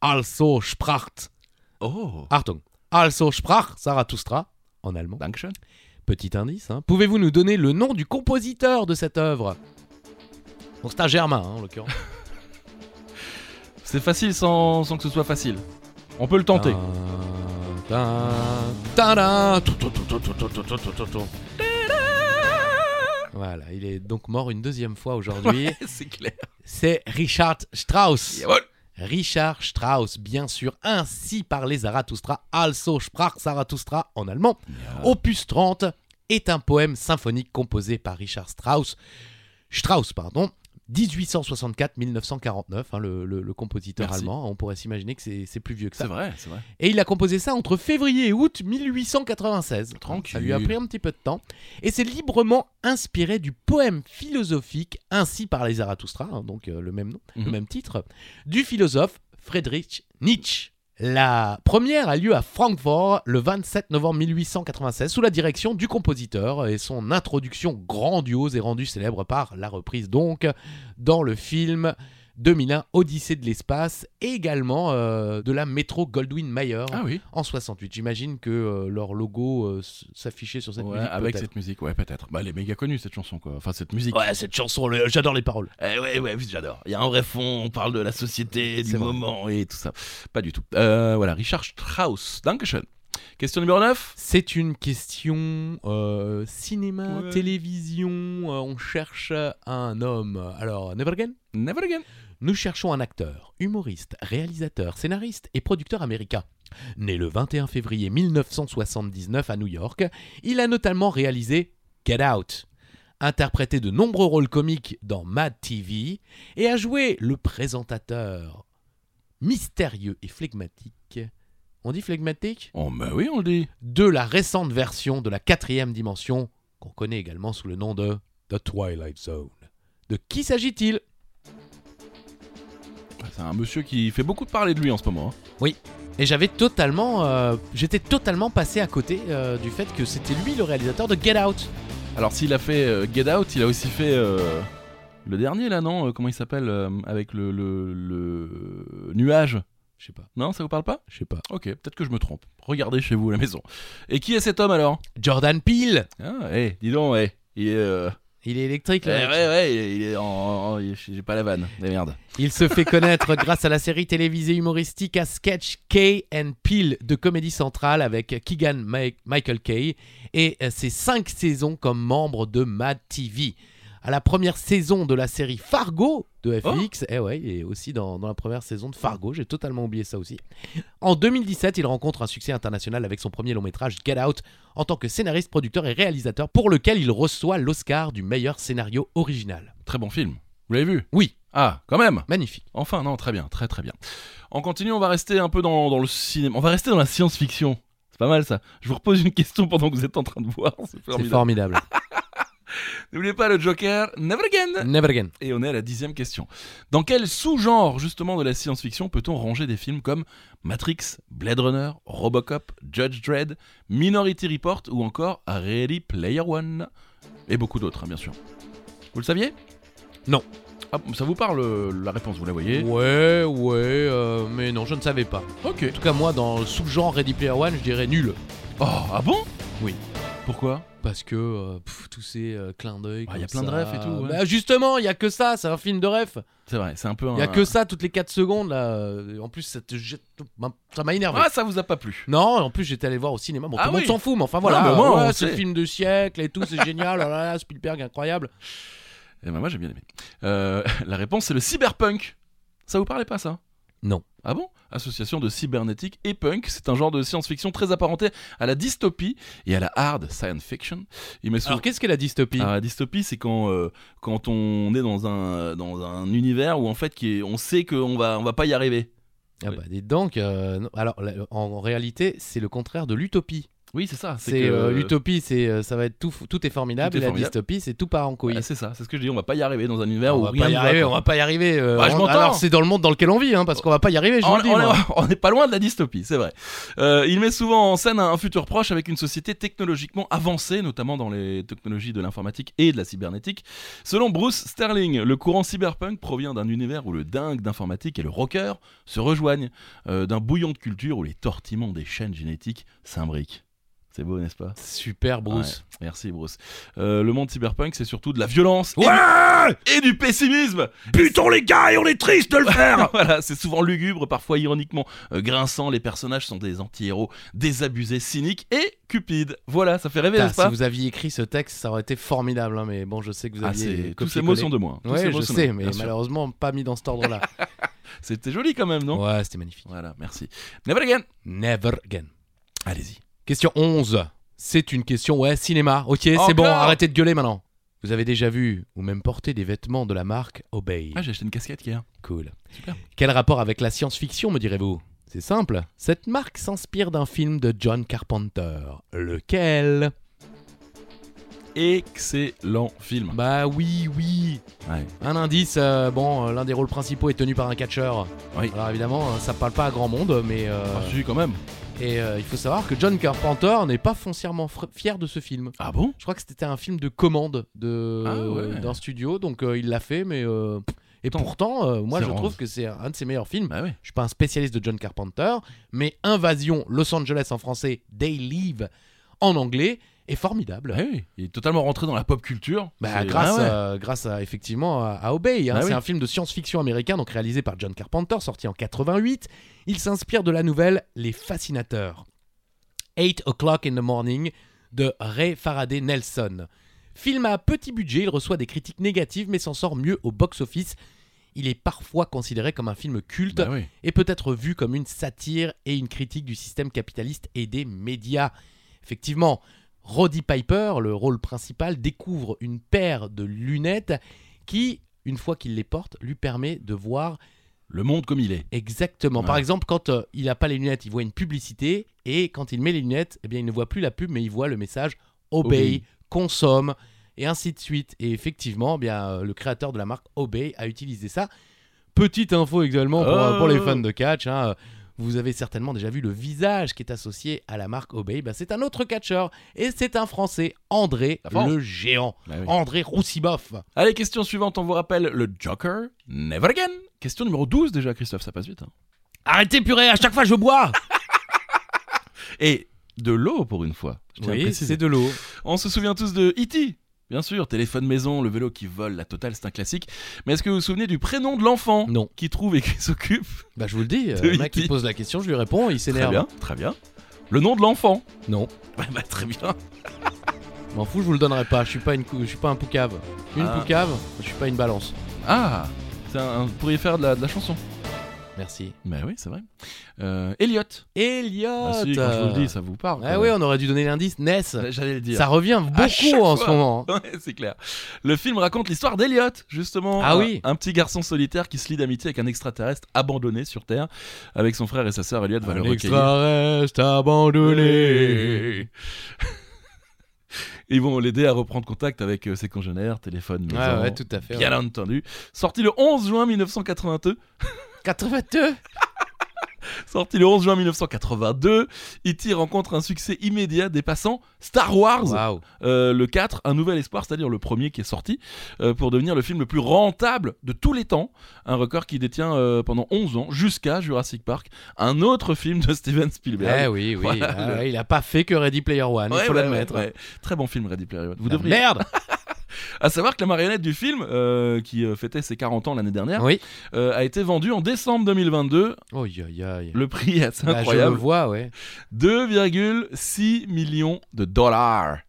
[SPEAKER 2] Also Sprach,
[SPEAKER 1] Oh
[SPEAKER 2] Achtung, Also Sprach Zarathustra, en allemand.
[SPEAKER 1] Dankeschön.
[SPEAKER 2] Petit indice, hein. pouvez-vous nous donner le nom du compositeur de cette œuvre Bon, c'est un Germain, hein, en l'occurrence.
[SPEAKER 1] C'est facile sans, sans que ce soit facile. On peut le tenter.
[SPEAKER 2] Tin, tin, tin, tin, tout, tout, tout, tout, tout, tout, tout, tout, tout, tout. Voilà, il est donc mort une deuxième
[SPEAKER 1] *laughs*
[SPEAKER 2] fois aujourd'hui.
[SPEAKER 1] Ah. c'est clair.
[SPEAKER 2] C'est Richard Strauss.
[SPEAKER 1] Jawohl.
[SPEAKER 2] Richard Strauss, bien sûr, ainsi parlait Zarathustra, also sprach Zarathustra en allemand. Opus 30 est un poème symphonique composé par Richard Strauss, Strauss pardon, 1864-1949, hein, le, le- le compositeur
[SPEAKER 1] Merci.
[SPEAKER 2] allemand. On pourrait s'imaginer que c'est c'est plus vieux que
[SPEAKER 1] C'est
[SPEAKER 2] ça.
[SPEAKER 1] vrai, c'est vrai.
[SPEAKER 2] Et il a composé ça entre février et août 1896.
[SPEAKER 1] Tranquille.
[SPEAKER 2] Ça lui a pris un petit peu de temps. Et c'est librement inspiré du poème philosophique ainsi par les Zarathustra, hein, donc euh, le même nom,
[SPEAKER 1] Mhm.
[SPEAKER 2] le même titre, du philosophe Friedrich Nietzsche. La première a lieu à Francfort le 27 novembre 1896 sous la direction du compositeur et son introduction grandiose est rendue célèbre par la reprise donc dans le film 2001 Odyssée de l'espace et également euh, de la métro Goldwyn Mayer
[SPEAKER 1] Ah oui,
[SPEAKER 2] en 68. J'imagine que euh, leur logo euh, s- s'affichait sur cette
[SPEAKER 1] Ouais,
[SPEAKER 2] musique.
[SPEAKER 1] avec
[SPEAKER 2] peut-être.
[SPEAKER 1] cette musique, ouais, peut-être. Bah, elle est méga connue cette chanson, quoi. Enfin, cette musique.
[SPEAKER 2] Ouais, cette chanson, le- j'adore les paroles.
[SPEAKER 1] Eh ouais, ouais, oui, j'adore. Il y a un vrai fond, on parle de la société, du
[SPEAKER 2] C'est vrai.
[SPEAKER 1] moment et tout ça. Pas du tout. Euh, voilà, Richard Strauss. Dankeschön. Question numéro 9
[SPEAKER 2] C'est une question euh, cinéma,
[SPEAKER 1] Ouais.
[SPEAKER 2] télévision, euh, on cherche un homme. Alors, Never Again
[SPEAKER 1] Never Again.
[SPEAKER 2] Nous cherchons un acteur, humoriste, réalisateur, scénariste et producteur américain. Né le 21 février 1979 à New York, il a notamment réalisé Get Out, interprété de nombreux rôles comiques dans Mad TV et a joué le présentateur mystérieux et flegmatique. On dit flegmatique
[SPEAKER 1] Oh, bah oui, on le dit.
[SPEAKER 2] de la récente version de la quatrième dimension, qu'on connaît également sous le nom de The Twilight Zone. De qui s'agit-il
[SPEAKER 1] C'est un monsieur qui fait beaucoup parler de lui en ce moment. hein.
[SPEAKER 2] Et j'avais totalement, euh, j'étais totalement passé à côté euh, du fait que c'était lui le réalisateur de Get Out.
[SPEAKER 1] Alors, s'il a fait euh, Get Out, il a aussi fait euh, le dernier là, non Euh, Comment il s'appelle euh, Avec le, le, le nuage.
[SPEAKER 2] Je sais pas,
[SPEAKER 1] Non, ça vous parle pas
[SPEAKER 2] je sais pas.
[SPEAKER 1] Ok, peut-être que je me trompe. Regardez chez vous à la maison. Et qui est cet homme alors
[SPEAKER 2] Jordan Peele,
[SPEAKER 1] Ah, eh, dis donc, eh. Il est. euh,
[SPEAKER 2] il est électrique.
[SPEAKER 1] eh,
[SPEAKER 2] le
[SPEAKER 1] ouais,
[SPEAKER 2] mec.
[SPEAKER 1] ouais, il est- il est en. en- il- J'ai pas la vanne. Mais merde.
[SPEAKER 2] Il se fait connaître *laughs* grâce à la série télévisée humoristique à sketch Kay and Peele de Comédie Centrale avec Keegan Ma- Michael Kay et euh, ses cinq saisons comme membre de Mad TV. À la première saison de la série Fargo de FX, eh ouais, il est aussi dans, dans la première saison de Fargo, j'ai totalement oublié ça aussi. En 2017, il rencontre un succès international avec son premier long métrage Get Out en tant que scénariste, producteur et réalisateur pour lequel il reçoit l'Oscar du meilleur scénario original.
[SPEAKER 1] Très bon film. Vous l'avez vu
[SPEAKER 2] Oui,
[SPEAKER 1] Ah, quand même
[SPEAKER 2] magnifique.
[SPEAKER 1] Enfin, non, très bien, très très bien. On continue, on va rester un peu dans, dans le cinéma. On va rester dans la science-fiction. C'est pas mal ça. Je vous repose une question pendant que vous êtes en train de voir. C'est
[SPEAKER 2] C'est
[SPEAKER 1] formidable.
[SPEAKER 2] formidable.
[SPEAKER 1] N'oubliez pas le Joker, never again
[SPEAKER 2] Never again.
[SPEAKER 1] Et on est à la dixième question. Dans quel sous-genre justement de la science-fiction peut-on ranger des films comme Matrix, Blade Runner, Robocop, Judge Dredd, Minority Report ou encore Ready Player One Et beaucoup d'autres, hein, bien sûr. Vous le saviez
[SPEAKER 2] Non.
[SPEAKER 1] Ah, ça vous parle euh, la réponse, vous la voyez
[SPEAKER 2] Ouais, ouais, euh, mais non, je ne savais pas.
[SPEAKER 1] Ok.
[SPEAKER 2] En tout cas, moi, dans le sous-genre Ready Player One, je dirais nul.
[SPEAKER 1] Oh, ah bon
[SPEAKER 2] Oui.
[SPEAKER 1] Pourquoi
[SPEAKER 2] Parce que euh, pff, tous ces euh, clins d'œil.
[SPEAKER 1] Ah,
[SPEAKER 2] comme
[SPEAKER 1] y a plein
[SPEAKER 2] ça.
[SPEAKER 1] de refs et tout, ouais.
[SPEAKER 2] Bah, justement, il y a que ça, c'est un film de ref.
[SPEAKER 1] C'est vrai, c'est un peu un.
[SPEAKER 2] Il y a que ça toutes les 4 secondes, là. euh, En plus, ça te jette- ben, Ça m'a énervé.
[SPEAKER 1] Ah, ça vous a pas plu
[SPEAKER 2] Non, en plus j'étais allé voir au cinéma. Bon,
[SPEAKER 1] Ah
[SPEAKER 2] tout le
[SPEAKER 1] oui.
[SPEAKER 2] monde s'en fout, mais enfin voilà.
[SPEAKER 1] mais moi,
[SPEAKER 2] Ouais,
[SPEAKER 1] on
[SPEAKER 2] c'est Ah le
[SPEAKER 1] sait.
[SPEAKER 2] *laughs* film du siècle et tout, c'est génial. Oh là là, Spielberg incroyable.
[SPEAKER 1] Eh ben moi j'ai bien aimé. Euh, *laughs* la réponse c'est le cyberpunk. Ça vous parlait pas ça
[SPEAKER 2] Non.
[SPEAKER 1] Ah bon Association de cybernétique et punk, c'est un genre de science-fiction très apparenté à la dystopie et à la hard science fiction. Il met souvent-
[SPEAKER 2] Alors qu'est-ce que la dystopie
[SPEAKER 1] Ah, la dystopie, c'est quand, euh, quand on est dans un, dans un univers où en fait qui est- on sait qu'on va, on va pas y arriver.
[SPEAKER 2] Ah bah dites donc, euh, non. alors la- en, en réalité c'est le contraire de l'utopie.
[SPEAKER 1] Oui, c'est ça.
[SPEAKER 2] C'est
[SPEAKER 1] que-
[SPEAKER 2] euh, l'utopie, c'est euh, ça va être tout, fou- tout est formidable,
[SPEAKER 1] Tout est
[SPEAKER 2] et la
[SPEAKER 1] formidable.
[SPEAKER 2] dystopie c'est tout part en couille.
[SPEAKER 1] Ah, c'est ça, c'est ce que je dis, on va pas y arriver dans un univers
[SPEAKER 2] on
[SPEAKER 1] où
[SPEAKER 2] va
[SPEAKER 1] rien
[SPEAKER 2] pas y
[SPEAKER 1] ne va,
[SPEAKER 2] arriver,
[SPEAKER 1] quoi.
[SPEAKER 2] on va pas y arriver. euh,
[SPEAKER 1] Bah, je
[SPEAKER 2] on-
[SPEAKER 1] m'entends.
[SPEAKER 2] alors c'est dans le monde dans lequel on vit, hein, parce qu'on va pas y arriver. Je vous
[SPEAKER 1] On,
[SPEAKER 2] le dis,
[SPEAKER 1] on
[SPEAKER 2] moi.
[SPEAKER 1] est, *laughs* on est pas loin de la dystopie, c'est vrai. Euh, il met souvent en scène un, un futur proche avec une société technologiquement avancée, notamment dans les technologies de l'informatique et de la cybernétique. Selon Bruce Sterling, le courant cyberpunk provient d'un univers où le dingue d'informatique et le rocker se rejoignent, euh, d'un bouillon de culture où les tortillements des chaînes génétiques s'imbriquent. C'est beau, n'est-ce pas
[SPEAKER 2] Super Bruce.
[SPEAKER 1] Merci Bruce. Euh, le monde cyberpunk, c'est surtout de la violence et du- et, du, pessimisme.
[SPEAKER 3] Putain les gars, et on est triste de le faire
[SPEAKER 1] *laughs* voilà, c'est souvent lugubre, parfois ironiquement euh, grinçant. Les personnages sont des anti-héros désabusés, cyniques et cupides. Voilà, ça fait rêver,
[SPEAKER 2] Putain,
[SPEAKER 1] n'est-ce pas
[SPEAKER 2] si vous aviez écrit ce texte, ça aurait été formidable, hein, mais bon, je sais que vous
[SPEAKER 1] Ah,
[SPEAKER 2] aviez.
[SPEAKER 1] c'est- tous ces mots sont de moi. hein. Tous ces
[SPEAKER 2] Ouais,
[SPEAKER 1] mots
[SPEAKER 2] je
[SPEAKER 1] sont de
[SPEAKER 2] sais,
[SPEAKER 1] moi,
[SPEAKER 2] mais
[SPEAKER 1] bien sûr.
[SPEAKER 2] malheureusement pas mis dans cet ordre-là.
[SPEAKER 1] C'était joli quand même, *laughs* non
[SPEAKER 2] ouais, c'était magnifique.
[SPEAKER 1] Voilà, merci. Never again
[SPEAKER 2] Never again.
[SPEAKER 1] Allez-y.
[SPEAKER 2] Question 11. C'est une question, ouais, cinéma. Ok, c'est
[SPEAKER 1] Encore
[SPEAKER 2] bon, arrêtez de gueuler maintenant. Vous avez déjà vu ou même porté des vêtements de la marque Obey.
[SPEAKER 1] Ah, j'ai acheté une casquette hier.
[SPEAKER 2] Cool.
[SPEAKER 1] Super.
[SPEAKER 2] Quel rapport avec la science-fiction, me direz-vous C'est simple. Cette marque s'inspire d'un film de John Carpenter. Lequel
[SPEAKER 1] Excellent film.
[SPEAKER 2] Bah oui, oui.
[SPEAKER 1] Ouais.
[SPEAKER 2] Un indice, euh, bon, euh, l'un des rôles principaux est tenu par un catcheur.
[SPEAKER 1] Oui.
[SPEAKER 2] Alors évidemment, euh, ça parle pas à grand monde, mais... euh,
[SPEAKER 1] Ah, si, quand même.
[SPEAKER 2] et euh, il faut savoir que John Carpenter n'est pas foncièrement fr- fier de ce film.
[SPEAKER 1] Ah bon
[SPEAKER 2] Je crois que c'était un film de commande de
[SPEAKER 1] Ah ouais.
[SPEAKER 2] d'un studio, donc euh, il l'a fait, mais euh, et
[SPEAKER 1] Attends.
[SPEAKER 2] pourtant, euh, moi
[SPEAKER 1] C'est
[SPEAKER 2] je
[SPEAKER 1] rare.
[SPEAKER 2] trouve que c'est un de ses meilleurs films.
[SPEAKER 1] Bah ouais.
[SPEAKER 2] Je suis pas un spécialiste de John Carpenter, mais Invasion Los Angeles en français, They Live en anglais est formidable.
[SPEAKER 1] Bah oui, Il est totalement rentré dans la pop culture.
[SPEAKER 2] Bah,
[SPEAKER 1] C'est-
[SPEAKER 2] grâce,
[SPEAKER 1] Ah ouais.
[SPEAKER 2] euh, grâce à effectivement à, à Obey. hein.
[SPEAKER 1] Bah
[SPEAKER 2] c'est
[SPEAKER 1] oui.
[SPEAKER 2] un film de science-fiction américain donc réalisé par John Carpenter, sorti en 88. Il s'inspire de la nouvelle Les Fascinateurs. 8 O'Clock in the Morning de Ray Faraday Nelson. Film à petit budget, il reçoit des critiques négatives mais s'en sort mieux au box-office. Il est parfois considéré comme un film culte
[SPEAKER 1] Bah oui.
[SPEAKER 2] et peut être vu comme une satire et une critique du système capitaliste et des médias. Effectivement, Roddy Piper, le rôle principal, découvre une paire de lunettes qui, une fois qu'il les porte, lui permet de voir
[SPEAKER 1] Le monde comme il est.
[SPEAKER 2] exactement.
[SPEAKER 1] Ouais.
[SPEAKER 2] Par exemple, quand euh, il n'a pas les lunettes, il voit une publicité, et quand il met les lunettes, eh bien, il ne voit plus la pub, mais il voit le message Obey,
[SPEAKER 1] Obéis.
[SPEAKER 2] consomme, et ainsi de suite. Et effectivement, eh bien, euh, le créateur de la marque Obey a utilisé ça. Petite info également pour, euh, pour les
[SPEAKER 1] Oh.
[SPEAKER 2] fans de catch. hein, euh, Vous avez certainement déjà vu le visage qui est associé à la marque Obey. Bah, c'est un autre catcheur et c'est un Français, André
[SPEAKER 1] La France.
[SPEAKER 2] le Géant.
[SPEAKER 1] Bah oui.
[SPEAKER 2] André Roussiboff.
[SPEAKER 1] Allez, question suivante, on vous rappelle le Joker, Never Again. Question numéro 12 déjà, Christophe, ça passe vite. hein.
[SPEAKER 2] Arrêtez purée, à chaque fois je bois
[SPEAKER 1] Et de l'eau pour une fois. Je tiens à
[SPEAKER 2] Oui,
[SPEAKER 1] préciser.
[SPEAKER 2] c'est de l'eau.
[SPEAKER 1] On se souvient tous de E.T. Bien sûr, téléphone maison, le vélo qui vole, la totale, c'est un classique. Mais est-ce que vous vous souvenez du prénom de l'enfant
[SPEAKER 2] Non.
[SPEAKER 1] qui trouve et qui *laughs* s'occupe
[SPEAKER 2] Bah je vous le dis, euh,
[SPEAKER 1] De
[SPEAKER 2] le mec
[SPEAKER 1] E.T..
[SPEAKER 2] qui pose la question, je lui réponds, il
[SPEAKER 1] Très
[SPEAKER 2] s'énerve.
[SPEAKER 1] bien, très bien. Le nom de l'enfant
[SPEAKER 2] Non,
[SPEAKER 1] *laughs* Ouais, bah, Très bien.
[SPEAKER 2] je m'en fous, je vous le donnerai pas. Je suis pas une, cou- je suis pas un poucave. Une
[SPEAKER 1] Ah.
[SPEAKER 2] poucave, je suis pas une balance.
[SPEAKER 1] Ah c'est un- Vous pourriez faire de la, de la chanson.
[SPEAKER 2] Merci.
[SPEAKER 1] Bah oui, c'est vrai. Euh, Elliot.
[SPEAKER 2] Elliot.
[SPEAKER 1] Ah si, quand je vous le dis, ça vous parle.
[SPEAKER 2] Ah
[SPEAKER 1] quand
[SPEAKER 2] oui,
[SPEAKER 1] même.
[SPEAKER 2] on aurait dû donner l'indice. Ness.
[SPEAKER 1] J'allais le dire.
[SPEAKER 2] Ça revient
[SPEAKER 1] chaque
[SPEAKER 2] beaucoup en ce
[SPEAKER 1] fois.
[SPEAKER 2] moment.
[SPEAKER 1] *laughs* Ouais, c'est clair. Le film raconte l'histoire d'Eliot, justement.
[SPEAKER 2] Ah
[SPEAKER 1] un,
[SPEAKER 2] oui.
[SPEAKER 1] Un petit garçon solitaire qui se lie d'amitié avec un extraterrestre abandonné sur Terre. Avec son frère et sa sœur, Elliot va le recueillir.
[SPEAKER 2] reste abandonné.
[SPEAKER 1] Ils vont l'aider à reprendre contact avec euh, ses congénères, téléphone,
[SPEAKER 2] Ouais,
[SPEAKER 1] maison,
[SPEAKER 2] ouais, tout à fait.
[SPEAKER 1] bien
[SPEAKER 2] ouais.
[SPEAKER 1] entendu. Sorti le 11 juin 1982.
[SPEAKER 2] 82
[SPEAKER 1] Sorti le 11 juin 1982. E.T. E rencontre un succès immédiat dépassant Star Wars.
[SPEAKER 2] Waouh.
[SPEAKER 1] Euh, le 4, Un Nouvel Espoir, c'est-à-dire le premier qui est sorti, euh, pour devenir le film le plus rentable de tous les temps. Un record qui détient euh, pendant 11 ans, jusqu'à Jurassic Park, un autre film de Steven
[SPEAKER 2] Eh
[SPEAKER 1] Spielberg.
[SPEAKER 2] oui, oui.
[SPEAKER 1] Voilà,
[SPEAKER 2] ah
[SPEAKER 1] le-
[SPEAKER 2] ouais, Il a pas fait que Ready Player One,
[SPEAKER 1] Ouais,
[SPEAKER 2] il faut
[SPEAKER 1] ouais,
[SPEAKER 2] l'admettre. hein.
[SPEAKER 1] ouais, ouais. Très bon film, Ready Player One. Vous
[SPEAKER 2] Ah,
[SPEAKER 1] devriez.
[SPEAKER 2] Merde
[SPEAKER 1] À savoir que la marionnette du film, euh, qui euh, fêtait ses 40 ans l'année dernière,
[SPEAKER 2] Oui.
[SPEAKER 1] euh, a été vendue en décembre 2022.
[SPEAKER 2] Oh, aïe, aïe.
[SPEAKER 1] Le prix est assez
[SPEAKER 2] Bah, je le
[SPEAKER 1] incroyable
[SPEAKER 2] vois, ouais.
[SPEAKER 1] 2,6 millions de dollars.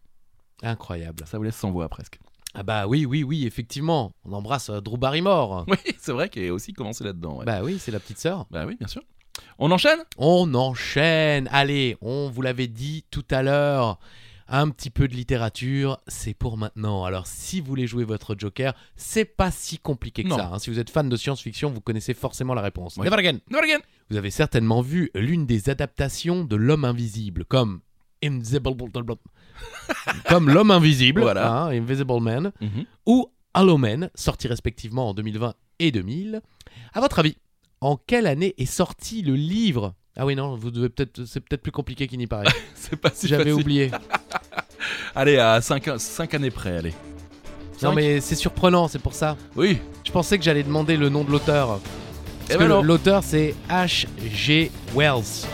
[SPEAKER 2] Incroyable.
[SPEAKER 1] Ça vous laisse sans voix presque. *laughs*
[SPEAKER 2] Ah bah oui, oui, oui, effectivement. On embrasse euh, Drew Barrymore.
[SPEAKER 1] Oui, c'est vrai qu'il a aussi commencé là-dedans. ouais. Bah.
[SPEAKER 2] Bah oui, c'est la petite sœur.
[SPEAKER 1] oui, bien sûr. On enchaîne
[SPEAKER 2] On enchaîne. Allez, on vous l'avait dit tout à l'heure. Un petit peu de littérature, c'est pour maintenant. Alors, si vous voulez jouer votre Joker, c'est pas si compliqué que
[SPEAKER 1] Non.
[SPEAKER 2] ça. hein. Si vous êtes fan de science-fiction, vous connaissez forcément la réponse.
[SPEAKER 1] Ouais.
[SPEAKER 2] Never again.
[SPEAKER 1] Never again.
[SPEAKER 2] Vous avez certainement vu l'une des adaptations de L'homme invisible, comme Invisible,
[SPEAKER 1] *laughs*
[SPEAKER 2] comme L'homme invisible,
[SPEAKER 1] Voilà.
[SPEAKER 2] hein, Invisible Man,
[SPEAKER 1] Mhm.
[SPEAKER 2] ou Hollow Man, sortis respectivement en 2020 et 2000. À votre avis, en quelle année est sorti le livre Ah oui non, vous devez peut-être, c'est peut-être plus compliqué qu'il n'y
[SPEAKER 1] *laughs*
[SPEAKER 2] paraît.
[SPEAKER 1] *laughs* C'est pas si
[SPEAKER 2] J'avais
[SPEAKER 1] facile.
[SPEAKER 2] oublié.
[SPEAKER 1] Allez, à 5 années près, allez.
[SPEAKER 2] Non
[SPEAKER 1] Cinq.
[SPEAKER 2] mais c'est surprenant, c'est pour ça.
[SPEAKER 1] Oui,
[SPEAKER 2] Je pensais que j'allais demander le nom de l'auteur. Parce
[SPEAKER 1] Eh
[SPEAKER 2] que
[SPEAKER 1] ben non.
[SPEAKER 2] l'auteur c'est H.G. Wells.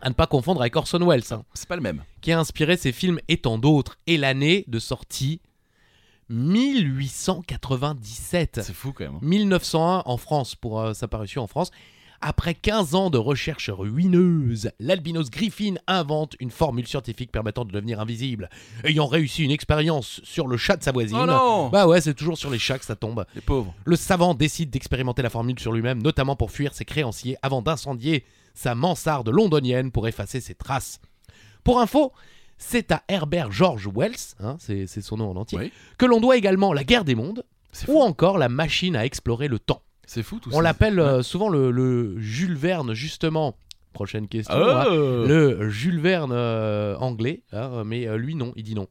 [SPEAKER 2] À ne pas confondre avec Orson Welles. hein.
[SPEAKER 1] c'est pas le même.
[SPEAKER 2] qui a inspiré ces films et tant d'autres, et l'année de sortie 1897.
[SPEAKER 1] C'est fou quand même. hein.
[SPEAKER 2] 1901 en France, pour euh, sa parution en France. Après 15 ans de recherche ruineuse, l'albinos Griffin invente une formule scientifique permettant de devenir invisible. Ayant réussi une expérience sur le chat de sa voisine.
[SPEAKER 1] Oh non
[SPEAKER 2] bah ouais, c'est toujours sur les chats que ça tombe.
[SPEAKER 1] Les pauvres.
[SPEAKER 2] Le savant décide d'expérimenter la formule sur lui-même, notamment pour fuir ses créanciers avant d'incendier sa mansarde londonienne pour effacer ses traces. Pour info, c'est à Herbert George Wells, hein, c'est c'est son nom en entier,
[SPEAKER 1] Oui.
[SPEAKER 2] que l'on doit également la guerre des mondes
[SPEAKER 1] C'est fou.
[SPEAKER 2] ou encore la machine à explorer le temps.
[SPEAKER 1] C'est fou tout ça.
[SPEAKER 2] On l'appelle euh, souvent le, le Jules Verne, justement. Prochaine question. hein.
[SPEAKER 1] Oh
[SPEAKER 2] Le Jules Verne euh, anglais, hein, mais euh, lui non, il dit non.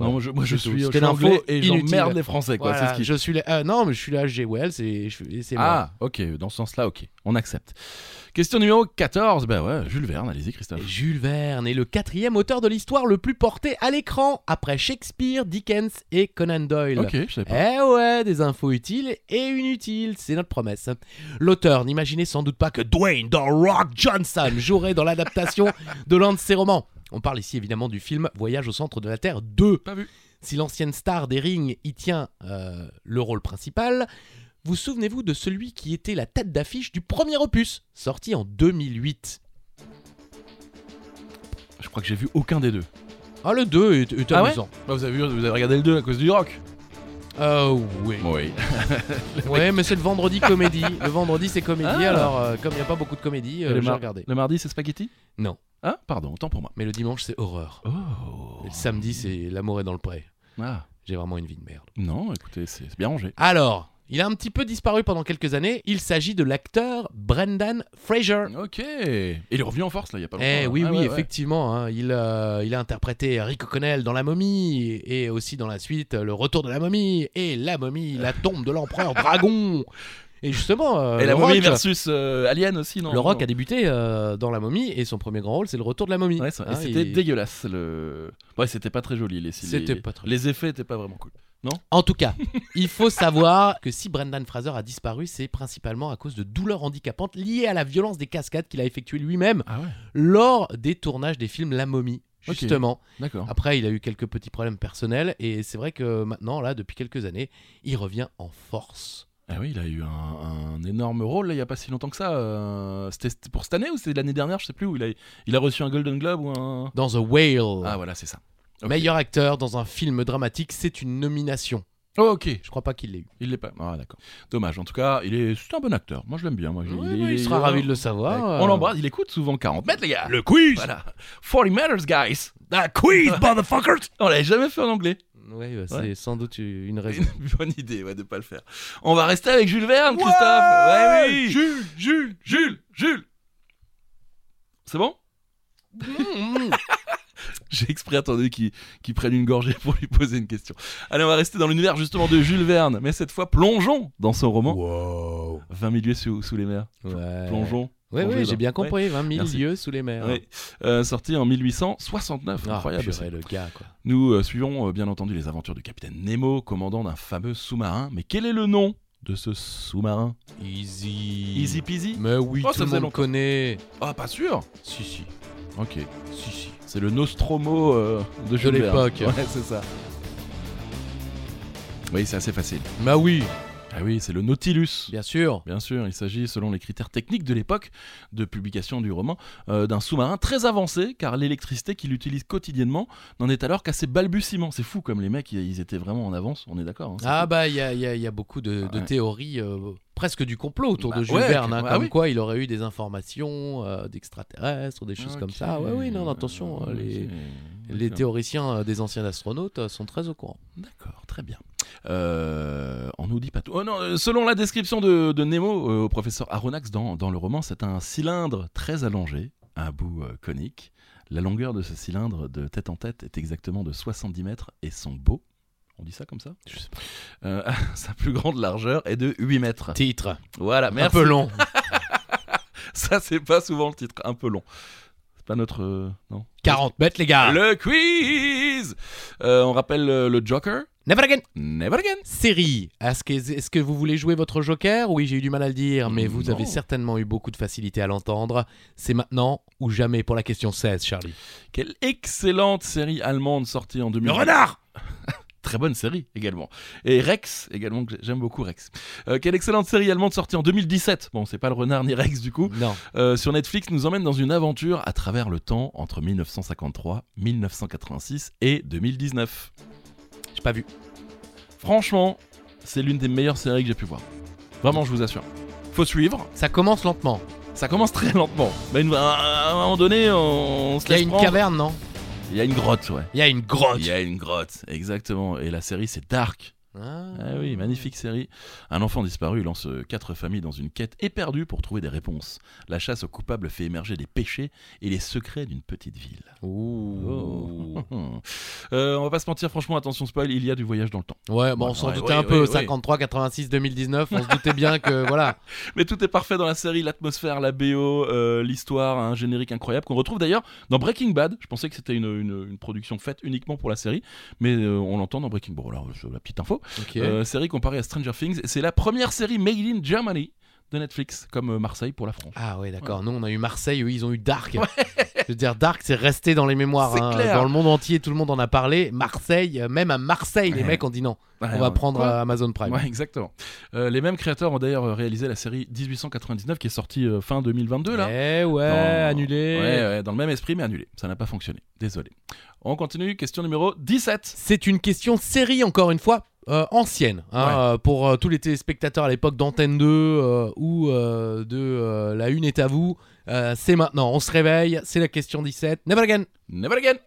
[SPEAKER 1] Non, moi je, moi, je
[SPEAKER 2] C'est tout.
[SPEAKER 1] suis, je
[SPEAKER 2] C'était
[SPEAKER 1] suis
[SPEAKER 2] l'info
[SPEAKER 1] anglais et
[SPEAKER 2] inutile.
[SPEAKER 1] j'emmerde les Français, quoi.
[SPEAKER 2] Voilà,
[SPEAKER 1] c'est ce qui...
[SPEAKER 2] je suis là- euh, non, mais je suis là G. Wells et, je- et c'est moi.
[SPEAKER 1] Ah, ok, dans ce sens-là, ok, on accepte. Question numéro 14, bah ouais, Jules Verne, allez-y Christophe.
[SPEAKER 2] Jules Verne est le quatrième auteur de l'histoire le plus porté à l'écran, après Shakespeare, Dickens et Conan Doyle.
[SPEAKER 1] Ok, je savais pas.
[SPEAKER 2] Eh ouais, des infos utiles et inutiles, c'est notre promesse. L'auteur n'imaginait sans doute pas que Dwayne The Rock Johnson jouerait dans l'adaptation de l'un de ses romans. On parle ici évidemment du film Voyage au centre de la Terre 2.
[SPEAKER 1] Pas vu.
[SPEAKER 2] Si l'ancienne star des rings y tient euh, le rôle principal, vous souvenez-vous de celui qui était la tête d'affiche du premier opus, sorti en 2008
[SPEAKER 1] Je crois que j'ai vu aucun des deux.
[SPEAKER 2] Ah, le 2 est, est
[SPEAKER 1] Ah ouais
[SPEAKER 2] amusant.
[SPEAKER 1] Bah, vous, avez vu- vous avez regardé le 2 à cause du rock
[SPEAKER 2] Euh, oui.
[SPEAKER 1] Oui.
[SPEAKER 2] Ouais, mais c'est le vendredi comédie. Le vendredi, c'est comédie,
[SPEAKER 1] Ah.
[SPEAKER 2] alors euh, comme il n'y a pas beaucoup de comédie,
[SPEAKER 1] Et
[SPEAKER 2] euh,
[SPEAKER 1] le
[SPEAKER 2] j'ai
[SPEAKER 1] mar-
[SPEAKER 2] regardé.
[SPEAKER 1] Le mardi, c'est spaghetti
[SPEAKER 2] Non.
[SPEAKER 1] Ah, pardon, autant pour moi.
[SPEAKER 2] Mais le dimanche, c'est horreur.
[SPEAKER 1] Oh.
[SPEAKER 2] Et Le samedi, c'est l'amour est dans le pré.
[SPEAKER 1] Ah.
[SPEAKER 2] J'ai vraiment une vie de merde.
[SPEAKER 1] Non, écoutez, c'est c'est bien rangé.
[SPEAKER 2] Alors, il a un petit peu disparu pendant quelques années. Il s'agit de l'acteur Brendan Fraser.
[SPEAKER 1] Ok. Et il est revenu en force, là, il y a pas longtemps.
[SPEAKER 2] Eh
[SPEAKER 1] là.
[SPEAKER 2] oui,
[SPEAKER 1] Ah,
[SPEAKER 2] oui,
[SPEAKER 1] ouais, ouais.
[SPEAKER 2] effectivement. hein. Il, euh, il a interprété Rick O'Connell dans La Momie et aussi dans la suite euh, Le Retour de la Momie et La Momie, la tombe
[SPEAKER 1] *laughs*
[SPEAKER 2] de l'empereur dragon. Et justement, euh,
[SPEAKER 1] Et la
[SPEAKER 2] le
[SPEAKER 1] momie
[SPEAKER 2] Rock-
[SPEAKER 1] versus euh, Alien aussi, non
[SPEAKER 2] le rock
[SPEAKER 1] non.
[SPEAKER 2] a débuté euh, dans La Momie et son premier grand rôle, c'est le retour de la momie.
[SPEAKER 1] Ouais, ça- et
[SPEAKER 2] Hein,
[SPEAKER 1] c'était
[SPEAKER 2] il-
[SPEAKER 1] dégueulasse. Le... Ouais, c'était pas très joli. Les,
[SPEAKER 2] C'était
[SPEAKER 1] les-
[SPEAKER 2] pas très-
[SPEAKER 1] les effets étaient pas vraiment cool.
[SPEAKER 2] En tout cas, il faut savoir que si Brendan Fraser a disparu, c'est principalement à cause de douleurs handicapantes liées à la violence des cascades qu'il a effectuées lui-même
[SPEAKER 1] Ah ouais
[SPEAKER 2] lors des tournages des films La Momie.
[SPEAKER 1] Ok.
[SPEAKER 2] Justement.
[SPEAKER 1] D'accord.
[SPEAKER 2] Après, il a eu quelques petits problèmes personnels et c'est vrai que maintenant, là, depuis quelques années, il revient en force.
[SPEAKER 1] Ah oui, il a eu un, un énorme rôle là, il y a pas si longtemps que ça. euh, C'était c'était pour cette année ou c'est l'année dernière, je sais plus, où il a, il a reçu un Golden Globe ou un.
[SPEAKER 2] Dans The Whale,
[SPEAKER 1] Ah voilà, c'est ça. ok.
[SPEAKER 2] meilleur acteur dans un film dramatique, c'est une nomination.
[SPEAKER 1] Oh, ok,
[SPEAKER 2] Je crois pas qu'il l'ait eu.
[SPEAKER 1] il l'est pas. Ah d'accord. Dommage. En tout cas, il est, c'est un bon acteur. Moi, je l'aime bien. Moi,
[SPEAKER 2] Ouais, bah, il sera ravi de le savoir.
[SPEAKER 1] On l'embrasse. Il écoute souvent 40 mètres, les gars.
[SPEAKER 3] Le quiz
[SPEAKER 1] Voilà. 40 matters, guys.
[SPEAKER 3] The
[SPEAKER 1] *laughs*
[SPEAKER 3] quiz, motherfuckers
[SPEAKER 1] On l'avait jamais fait en anglais. *laughs*
[SPEAKER 2] Ouais, bah, c'est sans doute une raison.
[SPEAKER 1] Une bonne idée ouais, de pas le faire. On va rester avec Jules Verne,
[SPEAKER 3] Ouais
[SPEAKER 1] Christophe. Ouais, oui.
[SPEAKER 3] Jules, Jules
[SPEAKER 1] Jules, Jules. C'est bon J'ai exprès attendu qu'il qu'il prenne une gorgée pour lui poser une question. Allez, on va rester dans l'univers justement de Jules Verne, mais cette fois plongeons dans son roman
[SPEAKER 3] Wow
[SPEAKER 1] 20 milieux sous, sous les mers.
[SPEAKER 2] Ouais.
[SPEAKER 1] Plongeons.
[SPEAKER 2] Ouais,
[SPEAKER 1] Plongeons
[SPEAKER 2] ouais,
[SPEAKER 1] dans-
[SPEAKER 2] j'ai bien
[SPEAKER 1] hein. Ouais.
[SPEAKER 2] compris. 20 000
[SPEAKER 1] Merci.
[SPEAKER 2] lieux sous les mers.
[SPEAKER 1] Ouais. Euh, sorti en 1869,
[SPEAKER 2] Ah,
[SPEAKER 1] incroyable.
[SPEAKER 2] purée,
[SPEAKER 1] ça.
[SPEAKER 2] le gars, quoi.
[SPEAKER 1] Nous euh, suivons euh, bien entendu les aventures du capitaine Nemo, commandant d'un fameux sous-marin. Mais quel est le nom de ce sous-marin
[SPEAKER 2] Easy.
[SPEAKER 1] Easy peasy
[SPEAKER 2] Mais oui,
[SPEAKER 1] Oh, ça
[SPEAKER 2] tout le
[SPEAKER 1] faisait
[SPEAKER 2] monde
[SPEAKER 1] longtemps.
[SPEAKER 2] connaît.
[SPEAKER 1] Ah, pas sûr
[SPEAKER 2] Si, si,
[SPEAKER 1] Ok,
[SPEAKER 2] si, si.
[SPEAKER 1] c'est le Nostromo euh, de Jules Verne.
[SPEAKER 2] l'époque.
[SPEAKER 1] Ouais, c'est ça. Oui, c'est assez facile.
[SPEAKER 2] Bah oui.
[SPEAKER 1] Ah Ah oui, c'est le Nautilus.
[SPEAKER 2] Bien sûr.
[SPEAKER 1] Bien sûr, il s'agit, selon les critères techniques de l'époque de publication du roman, euh, d'un sous-marin très avancé, car l'électricité qu'il utilise quotidiennement n'en est alors qu'à ses balbutiements. C'est fou comme les mecs, ils ils étaient vraiment en avance, on est d'accord. hein, c'est
[SPEAKER 2] Ah
[SPEAKER 1] fou.
[SPEAKER 2] bah il y a, il y a- il y a beaucoup de,
[SPEAKER 1] Ah
[SPEAKER 2] de
[SPEAKER 1] ouais.
[SPEAKER 2] théories euh, presque du complot autour
[SPEAKER 1] Bah
[SPEAKER 2] de Jules
[SPEAKER 1] ouais,
[SPEAKER 2] Verne, hein,
[SPEAKER 1] clairement. Ah
[SPEAKER 2] comme
[SPEAKER 1] oui.
[SPEAKER 2] quoi il aurait eu des informations euh, d'extraterrestres ou des choses comme
[SPEAKER 1] Ok.
[SPEAKER 2] ça. Ah Ouais, oui, non, attention, euh,
[SPEAKER 1] Ok.
[SPEAKER 2] les, les
[SPEAKER 1] D'accord.
[SPEAKER 2] théoriciens euh, des anciens astronautes euh, sont très au courant.
[SPEAKER 1] D'accord, très bien. Euh, on nous dit pas tout. Oh non, euh, selon la description de, de Nemo euh, au professeur Aronnax dans, dans le roman, c'est un cylindre très allongé, un bout euh, conique. La longueur de ce cylindre de tête en tête est exactement de 70 mètres et son beau, on dit ça comme ça Je sais pas. *laughs* sa plus grande largeur est de 8 mètres.
[SPEAKER 2] Titre,
[SPEAKER 1] Voilà,
[SPEAKER 2] un
[SPEAKER 1] merci.
[SPEAKER 2] peu
[SPEAKER 1] *laughs*
[SPEAKER 2] long.
[SPEAKER 1] Ça, c'est pas souvent le titre, un peu long. C'est pas notre. euh, non
[SPEAKER 2] 40 mètres les gars.
[SPEAKER 1] Le quiz Euh, On rappelle euh, le Joker.
[SPEAKER 2] Never again.
[SPEAKER 1] Never again
[SPEAKER 2] Série. Est-ce que, est-ce que vous voulez jouer votre Joker Oui, j'ai eu du mal à le dire, mais vous
[SPEAKER 1] Non.
[SPEAKER 2] avez certainement eu beaucoup de facilité à l'entendre. C'est maintenant ou jamais pour la question 16, Charlie.
[SPEAKER 1] Quelle excellente série allemande sortie en 2000.
[SPEAKER 3] Le renard
[SPEAKER 1] Très bonne série également. Et Rex également, que j'aime beaucoup Rex. Euh, quelle excellente série allemande sortie en 2017. Bon, c'est pas le renard ni Rex du coup.
[SPEAKER 2] Non.
[SPEAKER 1] Euh, sur Netflix nous emmène dans une aventure à travers le temps entre 1953, 1986 et 2019.
[SPEAKER 2] J'ai pas vu.
[SPEAKER 1] Franchement, c'est l'une des meilleures séries que j'ai pu voir. Vraiment, je vous assure. Faut suivre.
[SPEAKER 2] Ça commence lentement.
[SPEAKER 1] Ça commence très lentement. Mais une- à un moment donné, on, on se
[SPEAKER 2] Il y a
[SPEAKER 1] laisse
[SPEAKER 2] une
[SPEAKER 1] prendre.
[SPEAKER 2] caverne, non
[SPEAKER 1] Il y a une grotte, ouais.
[SPEAKER 2] Il y a une grotte.
[SPEAKER 1] Il y a une grotte, exactement. Et la série, c'est Dark.
[SPEAKER 2] Ah.
[SPEAKER 1] Ah oui, magnifique série. Un enfant disparu lance euh, quatre familles dans une quête éperdue pour trouver des réponses. La chasse aux coupables fait émerger des péchés et les secrets d'une petite ville. Oh.
[SPEAKER 2] Ouh.
[SPEAKER 1] *laughs* Euh, on va pas se mentir, franchement, attention spoil, il y a du voyage dans le temps.
[SPEAKER 2] Ouais, bon, on s'en
[SPEAKER 1] Ouais,
[SPEAKER 2] doutait
[SPEAKER 1] ouais,
[SPEAKER 2] un
[SPEAKER 1] ouais,
[SPEAKER 2] peu.
[SPEAKER 1] ouais.
[SPEAKER 2] 53, 86, 2019, on se doutait bien que voilà.
[SPEAKER 1] Mais tout est parfait dans la série, l'atmosphère, la BO, euh, l'histoire, un générique incroyable qu'on retrouve d'ailleurs dans Breaking Bad. Je pensais que c'était une, une- une production faite uniquement pour la série, mais euh, on l'entend dans Breaking Bad. Bon, là, euh, la petite info.
[SPEAKER 2] Ok.
[SPEAKER 1] Euh, série comparée à Stranger Things. C'est la première série made in Germany de Netflix, comme euh, Marseille pour la France.
[SPEAKER 2] Ah ouais, d'accord. Nous, on a eu Marseille, eux, ils ont eu Dark. Je veux dire, Dark, c'est resté dans les mémoires.
[SPEAKER 1] C'est
[SPEAKER 2] hein.
[SPEAKER 1] clair.
[SPEAKER 2] Dans le monde entier, tout le monde en a parlé. Marseille, euh, même à Marseille, les
[SPEAKER 1] Ouais.
[SPEAKER 2] mecs ont dit non.
[SPEAKER 1] Ouais,
[SPEAKER 2] on va
[SPEAKER 1] ouais.
[SPEAKER 2] prendre
[SPEAKER 1] Ouais.
[SPEAKER 2] euh, Amazon Prime.
[SPEAKER 1] Ouais, exactement. Euh, les mêmes créateurs ont d'ailleurs euh, réalisé la série 1899 qui est sortie euh, fin 2022 là.
[SPEAKER 2] Eh ouais,
[SPEAKER 1] Dans-
[SPEAKER 2] annulé.
[SPEAKER 1] Ouais, ouais, dans le même esprit mais annulé. Ça n'a pas fonctionné. Désolé. On continue. Question numéro 17.
[SPEAKER 2] C'est une question série, encore une fois, euh, ancienne. hein,
[SPEAKER 1] Ouais.
[SPEAKER 2] euh, pour euh, tous les téléspectateurs à l'époque d'Antenne 2 euh, ou euh, de euh, La Une est à vous. Euh, c'est maintenant, on se réveille, c'est la question 17. Never again
[SPEAKER 1] Never again.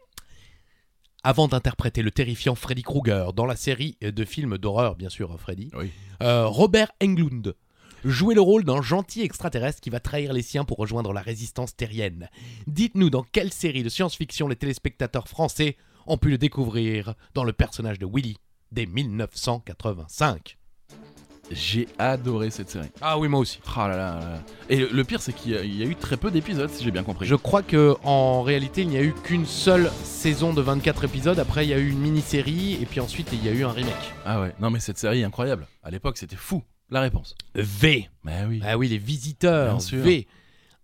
[SPEAKER 2] Avant d'interpréter le terrifiant Freddy Krueger dans la série de films d'horreur, bien sûr, Freddy,
[SPEAKER 1] Oui.
[SPEAKER 2] euh, Robert Englund jouait le rôle d'un gentil extraterrestre qui va trahir les siens pour rejoindre la résistance terrienne. Dites-nous dans quelle série de science-fiction les téléspectateurs français ont pu le découvrir dans le personnage de Willy dès 1985.
[SPEAKER 1] J'ai adoré cette série.
[SPEAKER 2] Ah oui, moi aussi.
[SPEAKER 1] Ah là là là là. Et le, le pire c'est qu'il y, a- il y a eu très peu d'épisodes si j'ai bien compris.
[SPEAKER 2] Je crois que en réalité, il n'y a eu qu'une seule saison de 24 épisodes. Après, il y a eu une mini-série et puis ensuite, il y a eu un remake.
[SPEAKER 1] Ah ouais. Non mais cette série est incroyable. À l'époque c'était fou. La réponse.
[SPEAKER 2] V.
[SPEAKER 1] Mais oui.
[SPEAKER 2] Ah oui, les visiteurs,
[SPEAKER 1] Bien sûr.
[SPEAKER 2] V.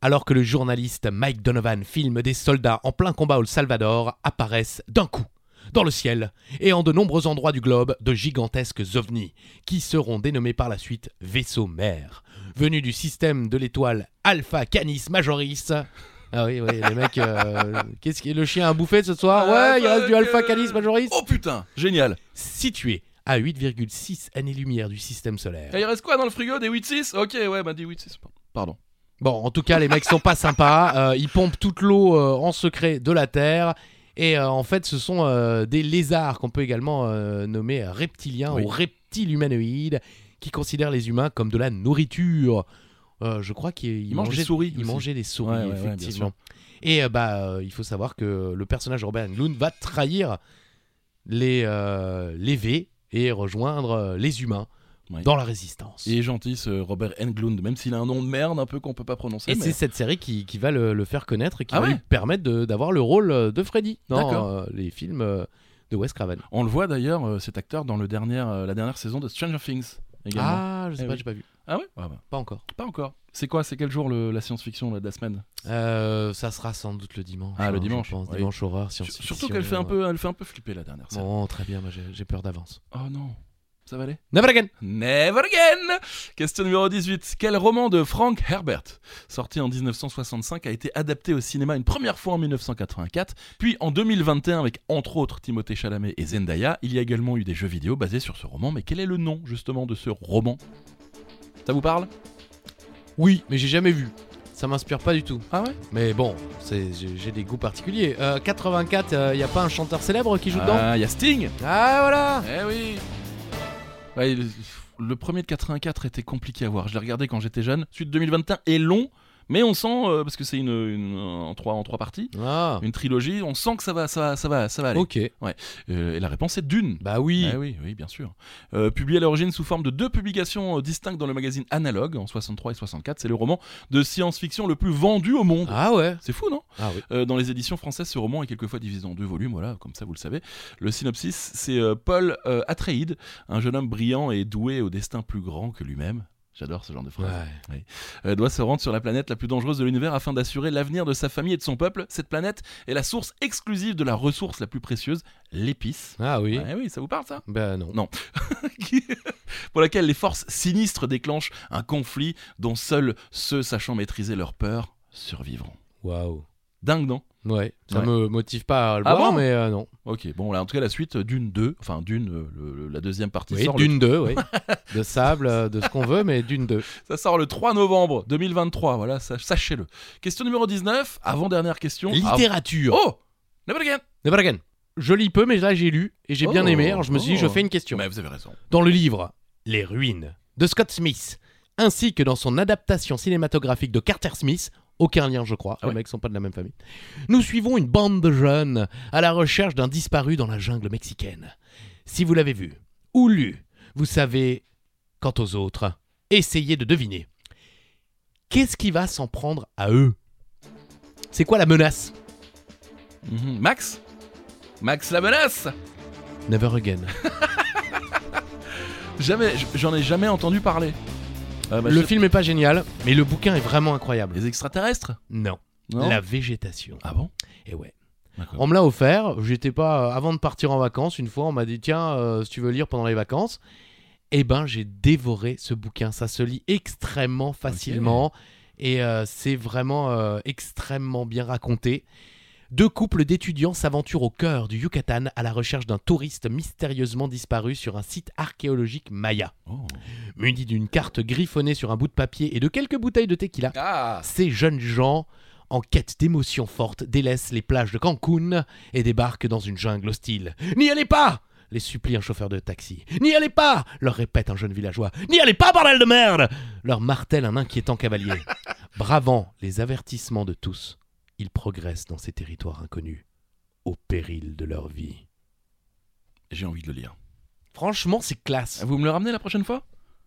[SPEAKER 2] Alors que le journaliste Mike Donovan filme des soldats en plein combat au Salvador apparaissent d'un coup dans le ciel et en de nombreux endroits du globe de gigantesques ovnis qui seront dénommés par la suite vaisseaux mères venus du système de l'étoile Alpha Canis Majoris. Ah oui, oui, les mecs, *laughs* euh, qu'est-ce que le chien a bouffé ce soir Ouais, il reste du Alpha Canis Majoris.
[SPEAKER 1] Oh putain, génial.
[SPEAKER 2] Situé à 8,6 années-lumière du système solaire.
[SPEAKER 1] Et Eh, il reste quoi dans le frigo Des 8-6 Ok, ouais, bah des 8-6. Pardon.
[SPEAKER 2] Bon, en tout cas, les mecs sont
[SPEAKER 1] *laughs*
[SPEAKER 2] pas sympas. Euh, ils pompent toute l'eau euh, en secret de la Terre. Et euh, en fait, ce sont euh, des lézards qu'on peut également euh, nommer reptiliens
[SPEAKER 1] Oui.
[SPEAKER 2] ou reptiles humanoïdes qui considèrent les humains comme de la nourriture. Euh, je crois qu'ils
[SPEAKER 1] Ils mangent des
[SPEAKER 2] mangeaient-
[SPEAKER 1] souris
[SPEAKER 2] Ils
[SPEAKER 1] aussi.
[SPEAKER 2] mangeaient des souris,
[SPEAKER 1] Ouais, ouais, ouais, bien
[SPEAKER 2] effectivement. et euh, bah, euh, il faut savoir que le personnage Robert Englund va trahir les, euh, les V et rejoindre euh, les humains
[SPEAKER 1] Ouais.
[SPEAKER 2] dans la résistance.
[SPEAKER 1] Il est gentil ce Robert Englund, même s'il a un nom de merde un peu qu'on peut pas prononcer.
[SPEAKER 2] Et
[SPEAKER 1] mais-
[SPEAKER 2] c'est cette série qui, qui va le, le faire connaître et qui
[SPEAKER 1] Ah
[SPEAKER 2] va
[SPEAKER 1] ouais
[SPEAKER 2] lui permettre de- d'avoir le rôle euh, de Freddy
[SPEAKER 1] D'accord.
[SPEAKER 2] dans euh, les films euh, de Wes Craven.
[SPEAKER 1] On le voit d'ailleurs, euh, cet acteur, dans le dernier, euh, la dernière saison de Stranger Things. Également.
[SPEAKER 2] Ah, je sais
[SPEAKER 1] Eh
[SPEAKER 2] pas,
[SPEAKER 1] oui.
[SPEAKER 2] j'ai pas vu.
[SPEAKER 1] Ah ouais Ah bah,
[SPEAKER 2] Pas encore.
[SPEAKER 1] Pas encore. C'est quoi C'est quel jour le- la science-fiction là, de la semaine
[SPEAKER 2] Euh, ça sera sans doute le dimanche.
[SPEAKER 1] Ah, le
[SPEAKER 2] hein, je
[SPEAKER 1] dimanche,
[SPEAKER 2] pense.
[SPEAKER 1] oui.
[SPEAKER 2] Dimanche horreur, euh, science
[SPEAKER 1] Surtout qu'elle fait, un peu, elle fait un peu flipper la dernière. série.
[SPEAKER 2] Bon, très bien, moi, j'ai j'ai peur d'avance.
[SPEAKER 1] Oh non. Ça va aller
[SPEAKER 2] Never again.
[SPEAKER 1] Never again Question numéro 18. Quel roman de Frank Herbert, sorti en 1965, a été adapté au cinéma une première fois en 1984, puis en 2021 avec entre autres Timothée Chalamet et Zendaya Il y a également eu des jeux vidéo basés sur ce roman, mais quel est le nom justement de ce roman Ça vous parle
[SPEAKER 2] Oui, mais j'ai jamais vu. Ça m'inspire pas du tout.
[SPEAKER 1] Ah ouais
[SPEAKER 2] Mais bon, c'est- j'ai j'ai des goûts particuliers. Euh, 84, il y a pas un chanteur célèbre qui joue dedans
[SPEAKER 1] Ah, il y a Sting
[SPEAKER 2] Ah voilà
[SPEAKER 1] Eh oui Ouais, le, le premier de 84 était compliqué à voir. Je l'ai regardé quand j'étais jeune. Suite 2021 est long, mais on sent, euh, parce que c'est une, une- en, trois, en trois parties,
[SPEAKER 2] Ah,
[SPEAKER 1] une trilogie, on sent que ça va, ça va, ça va, ça va aller.
[SPEAKER 2] ok.
[SPEAKER 1] Euh, et la réponse est Dune.
[SPEAKER 2] Bah oui.
[SPEAKER 1] Eh oui, oui, bien sûr. Euh, publié à l'origine sous forme de deux publications euh, distinctes dans le magazine Analogue en 63 et 64, c'est le roman de science-fiction le plus vendu au monde.
[SPEAKER 2] Ah ouais
[SPEAKER 1] C'est fou, non
[SPEAKER 2] Ah oui.
[SPEAKER 1] Euh, dans les éditions françaises, ce roman est quelquefois divisé en deux volumes, voilà, comme ça vous le savez. Le synopsis, c'est euh, Paul euh, Atreides, un jeune homme brillant et doué au destin plus grand que lui-même. J'adore ce genre de phrase.
[SPEAKER 2] Ouais.
[SPEAKER 1] Euh, doit se rendre sur la planète la plus dangereuse de l'univers afin d'assurer l'avenir de sa famille et de son peuple. Cette planète est la source exclusive de la ressource la plus précieuse, l'épice.
[SPEAKER 2] Ah oui.
[SPEAKER 1] Ah oui, ça vous parle ça *laughs*
[SPEAKER 2] Bah non.
[SPEAKER 1] qui- pour laquelle les forces sinistres déclenchent un conflit dont seuls ceux sachant maîtriser leur peur survivront.
[SPEAKER 2] Waouh.
[SPEAKER 1] Dingue, non
[SPEAKER 2] Ouais. Ça
[SPEAKER 1] Ouais.
[SPEAKER 2] me motive pas à le
[SPEAKER 1] Ah
[SPEAKER 2] voir,
[SPEAKER 1] bon
[SPEAKER 2] mais euh, non.
[SPEAKER 1] Ok, bon, là, en tout cas, la suite euh, d'une 2, enfin d'une, euh, le- le- la deuxième partie
[SPEAKER 2] Oui,
[SPEAKER 1] sort, le- *laughs*
[SPEAKER 2] d'une deux, oui. De sable, euh, de ce qu'on veut, mais d'une deux.
[SPEAKER 1] ça sort le 3 novembre 2023, voilà, sa- sachez-le. Question numéro 19, avant-dernière question.
[SPEAKER 2] Littérature.
[SPEAKER 1] Av- oh Never again
[SPEAKER 2] Never again. Je lis peu, mais là j'ai lu et j'ai bien
[SPEAKER 1] Oh,
[SPEAKER 2] aimé. Alors je me suis dit, je
[SPEAKER 1] oh.
[SPEAKER 2] fais une question.
[SPEAKER 1] Mais vous avez raison.
[SPEAKER 2] Dans le livre Les ruines de Scott Smith, ainsi que dans son adaptation cinématographique de Carter Smith, aucun lien je crois,
[SPEAKER 1] Ah
[SPEAKER 2] les
[SPEAKER 1] ouais.
[SPEAKER 2] mecs sont pas de la même famille. Nous suivons une bande de jeunes à la recherche d'un disparu dans la jungle mexicaine. Si vous l'avez vu ou lu, vous savez, quant aux autres, essayez de deviner. Qu'est-ce qui va s'en prendre à eux C'est quoi la menace
[SPEAKER 1] Mhm. Max Max la menace
[SPEAKER 2] Never again.
[SPEAKER 1] Jamais, j- j'en ai jamais entendu parler. Ah, bah,
[SPEAKER 2] Le
[SPEAKER 1] je-
[SPEAKER 2] film est pas génial, mais le bouquin est vraiment incroyable.
[SPEAKER 1] Les extraterrestres
[SPEAKER 2] Non,
[SPEAKER 1] Non
[SPEAKER 2] la végétation.
[SPEAKER 1] Ah bon
[SPEAKER 2] Et ouais.
[SPEAKER 1] D'accord.
[SPEAKER 2] On me l'a offert, j'étais pas euh, avant de partir en vacances, une fois on m'a dit tiens, euh, si tu veux lire pendant les vacances, eh ben j'ai dévoré ce bouquin, ça se lit extrêmement facilement et euh, c'est vraiment euh, extrêmement bien raconté. Deux couples d'étudiants s'aventurent au cœur du Yucatan à la recherche d'un touriste mystérieusement disparu sur un site archéologique maya.
[SPEAKER 1] Oh.
[SPEAKER 2] Munis d'une carte griffonnée sur un bout de papier et de quelques bouteilles de tequila,
[SPEAKER 1] Ah
[SPEAKER 2] ces jeunes gens, en quête d'émotions fortes, délaissent les plages de Cancun et débarquent dans une jungle hostile. N'y allez pas les supplie un chauffeur de taxi. N'y allez pas leur répète un jeune villageois. N'y allez pas, bordel de merde leur martèle un inquiétant cavalier. *laughs* Bravant les avertissements de tous, ils progressent dans ces territoires inconnus, au péril de leur vie.
[SPEAKER 1] J'ai envie de le lire.
[SPEAKER 2] Franchement, c'est classe.
[SPEAKER 1] Vous me le ramenez la prochaine fois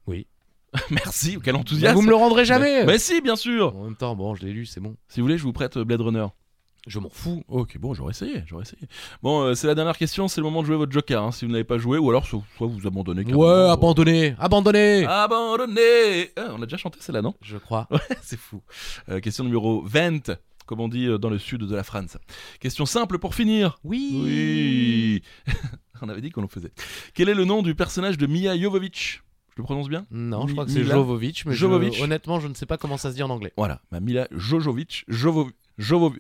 [SPEAKER 2] Oui.
[SPEAKER 1] *laughs* Merci, quel
[SPEAKER 2] Bah,
[SPEAKER 1] enthousiasme
[SPEAKER 2] Ah, vous me le rendrez jamais
[SPEAKER 1] Mais si, bien sûr
[SPEAKER 2] En même temps, bon, je l'ai lu, c'est bon.
[SPEAKER 1] Si vous voulez, je vous prête euh, Blade Runner.
[SPEAKER 2] Je m'en fous.
[SPEAKER 1] Ok, bon, j'aurais essayé, j'aurais essayé. Bon, euh, c'est la dernière question, c'est le moment de jouer votre joker. hein. Si vous n'avez pas joué, ou alors so- soit vous abandonnez. carrément.
[SPEAKER 2] Ouais, abandonné, Oh. Ah. abandonné
[SPEAKER 1] Abandonné Ah, On l'a déjà chanté celle-là, non *laughs*
[SPEAKER 2] Je crois.
[SPEAKER 1] C'est fou. Euh, question numéro 20, comme on dit euh, dans le sud de la France. Question simple pour finir.
[SPEAKER 2] Oui.
[SPEAKER 1] Oui *laughs* On avait dit qu'on le faisait. Quel est le nom du personnage de Mia Jovovich Je le prononce bien
[SPEAKER 2] Non, je
[SPEAKER 1] Mi-
[SPEAKER 2] crois que c'est
[SPEAKER 1] Mila
[SPEAKER 2] Jovovic, mais je-
[SPEAKER 1] Jovovich.
[SPEAKER 2] honnêtement, je ne sais pas comment ça se dit en anglais.
[SPEAKER 1] Voilà, ma Mila Jojovic, Jovo, Jovo-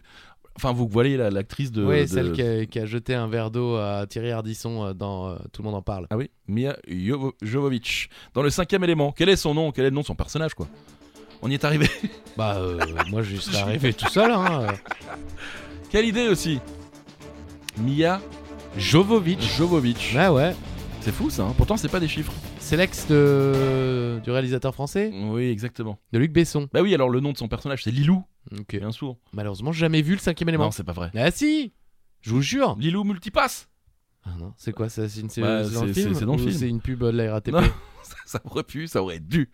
[SPEAKER 1] enfin vous voyez la- l'actrice de,
[SPEAKER 2] oui,
[SPEAKER 1] de-
[SPEAKER 2] celle qui a, qui a jeté un verre d'eau à Thierry Ardisson euh, dans euh, Tout le monde en parle.
[SPEAKER 1] ah oui, Mia Jovo- Jovovic. Dans le cinquième élément, quel est son nom Quel est le nom de son personnage quoi On y est arrivé. *laughs*
[SPEAKER 2] Bah, euh, moi, je serais arrivé tout seul. Hein.
[SPEAKER 1] Quelle idée aussi Mia
[SPEAKER 2] Jovovic.
[SPEAKER 1] Jovovic.
[SPEAKER 2] Ouais, Bah ouais.
[SPEAKER 1] C'est fou ça. hein. Pourtant c'est pas des chiffres.
[SPEAKER 2] C'est l'ex de... du réalisateur français,
[SPEAKER 1] Oui exactement.
[SPEAKER 2] de Luc Besson.
[SPEAKER 1] Bah oui alors le nom de son personnage c'est Lilou.
[SPEAKER 2] Ok.
[SPEAKER 1] Bien sourd.
[SPEAKER 2] Malheureusement, j'ai jamais vu le cinquième élément.
[SPEAKER 1] Non c'est pas vrai.
[SPEAKER 2] Ah si Je vous jure
[SPEAKER 1] Lilou multipasse.
[SPEAKER 2] Ah non, c'est quoi ça C'est une... c'est-
[SPEAKER 1] Bah,
[SPEAKER 2] c'est dans le
[SPEAKER 1] c'est-
[SPEAKER 2] film
[SPEAKER 1] c'est dans le
[SPEAKER 2] ou
[SPEAKER 1] film.
[SPEAKER 2] C'est une pub euh, de la RATP.
[SPEAKER 1] Non. *laughs* Ça, ça aurait pu, ça aurait dû.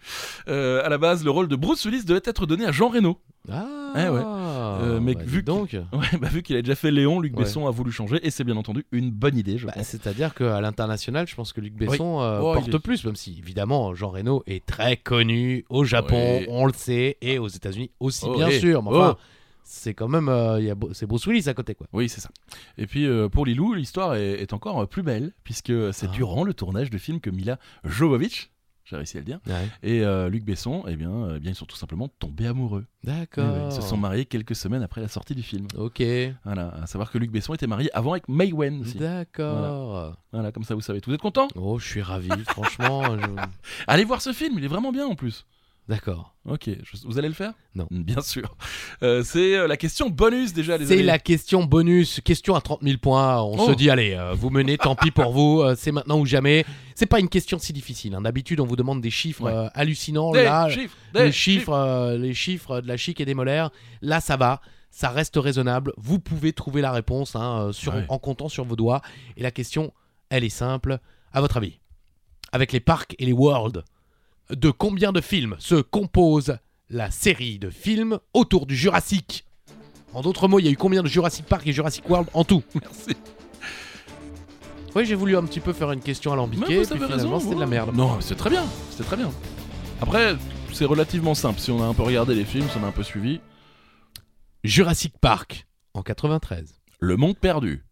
[SPEAKER 1] Euh, à la base le rôle de Bruce Willis devait être donné à Jean Reno.
[SPEAKER 2] Ah
[SPEAKER 1] Eh ouais. Euh, mais
[SPEAKER 2] bah,
[SPEAKER 1] vu
[SPEAKER 2] dis
[SPEAKER 1] que-
[SPEAKER 2] donc.
[SPEAKER 1] Ouais, bah vu qu'il a déjà fait Léon, Luc
[SPEAKER 2] Ouais.
[SPEAKER 1] Besson a voulu changer et c'est bien entendu une bonne idée, je
[SPEAKER 2] Bah,
[SPEAKER 1] pense.
[SPEAKER 2] C'est-à-dire qu'à l'international, je pense que Luc Besson euh,
[SPEAKER 1] Oh, il
[SPEAKER 2] porte
[SPEAKER 1] est-
[SPEAKER 2] plus, même si évidemment Jean Reno est très connu au Japon,
[SPEAKER 1] Oui.
[SPEAKER 2] on le sait, et aux États-Unis aussi,
[SPEAKER 1] Oh,
[SPEAKER 2] bien
[SPEAKER 1] oui.
[SPEAKER 2] sûr. Mais enfin,
[SPEAKER 1] Oh.
[SPEAKER 2] c'est quand même. euh, il y a Bru- c'est Bruce Willis à côté, quoi.
[SPEAKER 1] Oui, c'est ça. Et puis euh, pour Lilou, l'histoire est, est encore euh, plus belle, puisque c'est
[SPEAKER 2] Ah.
[SPEAKER 1] durant le tournage du film que Mila Jovovich, j'ai réussi à le dire, et euh, Luc Besson, eh bien, eh bien, ils sont tout simplement tombés amoureux. Eh
[SPEAKER 2] D'accord.
[SPEAKER 1] ouais, Ils se sont mariés quelques semaines après la sortie du film.
[SPEAKER 2] Ok.
[SPEAKER 1] Voilà, à savoir que Luc Besson était marié avant avec May Wen aussi.
[SPEAKER 2] D'accord.
[SPEAKER 1] Voilà, comme ça vous savez. tout. Vous êtes content
[SPEAKER 2] Oh, je suis ravi, *laughs* franchement. je-
[SPEAKER 1] Allez voir ce film, il est vraiment bien en plus.
[SPEAKER 2] D'accord.
[SPEAKER 1] Ok, je- vous allez le faire
[SPEAKER 2] Non.
[SPEAKER 1] Bien sûr. Euh, c'est euh, la question bonus déjà, les
[SPEAKER 2] C'est
[SPEAKER 1] amis.
[SPEAKER 2] la question bonus, question à 30 000 points. On
[SPEAKER 1] Oh.
[SPEAKER 2] se dit, allez, euh, vous menez, tant pis pour vous, euh, c'est maintenant ou jamais. C'est pas une question si difficile. hein. D'habitude, on vous demande des chiffres
[SPEAKER 1] Ouais.
[SPEAKER 2] euh, hallucinants.
[SPEAKER 1] Des
[SPEAKER 2] Là,
[SPEAKER 1] chiffres, des
[SPEAKER 2] les chiffres, euh, les chiffres de la chic et des molaires, là ça va, ça reste raisonnable. Vous pouvez trouver la réponse hein, euh, sur-
[SPEAKER 1] Ouais.
[SPEAKER 2] en comptant sur vos doigts. Et la question, elle est simple. À votre avis, avec les parcs et les worlds, de combien de films se compose la série de films autour du Jurassique En d'autres mots, il y a eu combien de Jurassic Park et Jurassic World en tout
[SPEAKER 1] Merci.
[SPEAKER 2] Oui, j'ai voulu un petit peu faire une question
[SPEAKER 1] Mais
[SPEAKER 2] alambiquée,
[SPEAKER 1] vous
[SPEAKER 2] et puis
[SPEAKER 1] avez
[SPEAKER 2] finalement
[SPEAKER 1] raison,
[SPEAKER 2] c'était de la
[SPEAKER 1] vous.
[SPEAKER 2] merde.
[SPEAKER 1] Non, mais c'est très bien, c'est très bien. Après, c'est relativement simple. Si on a un peu regardé les films, si on a un peu suivi.
[SPEAKER 2] Jurassic Park en 93.
[SPEAKER 1] Le Monde Perdu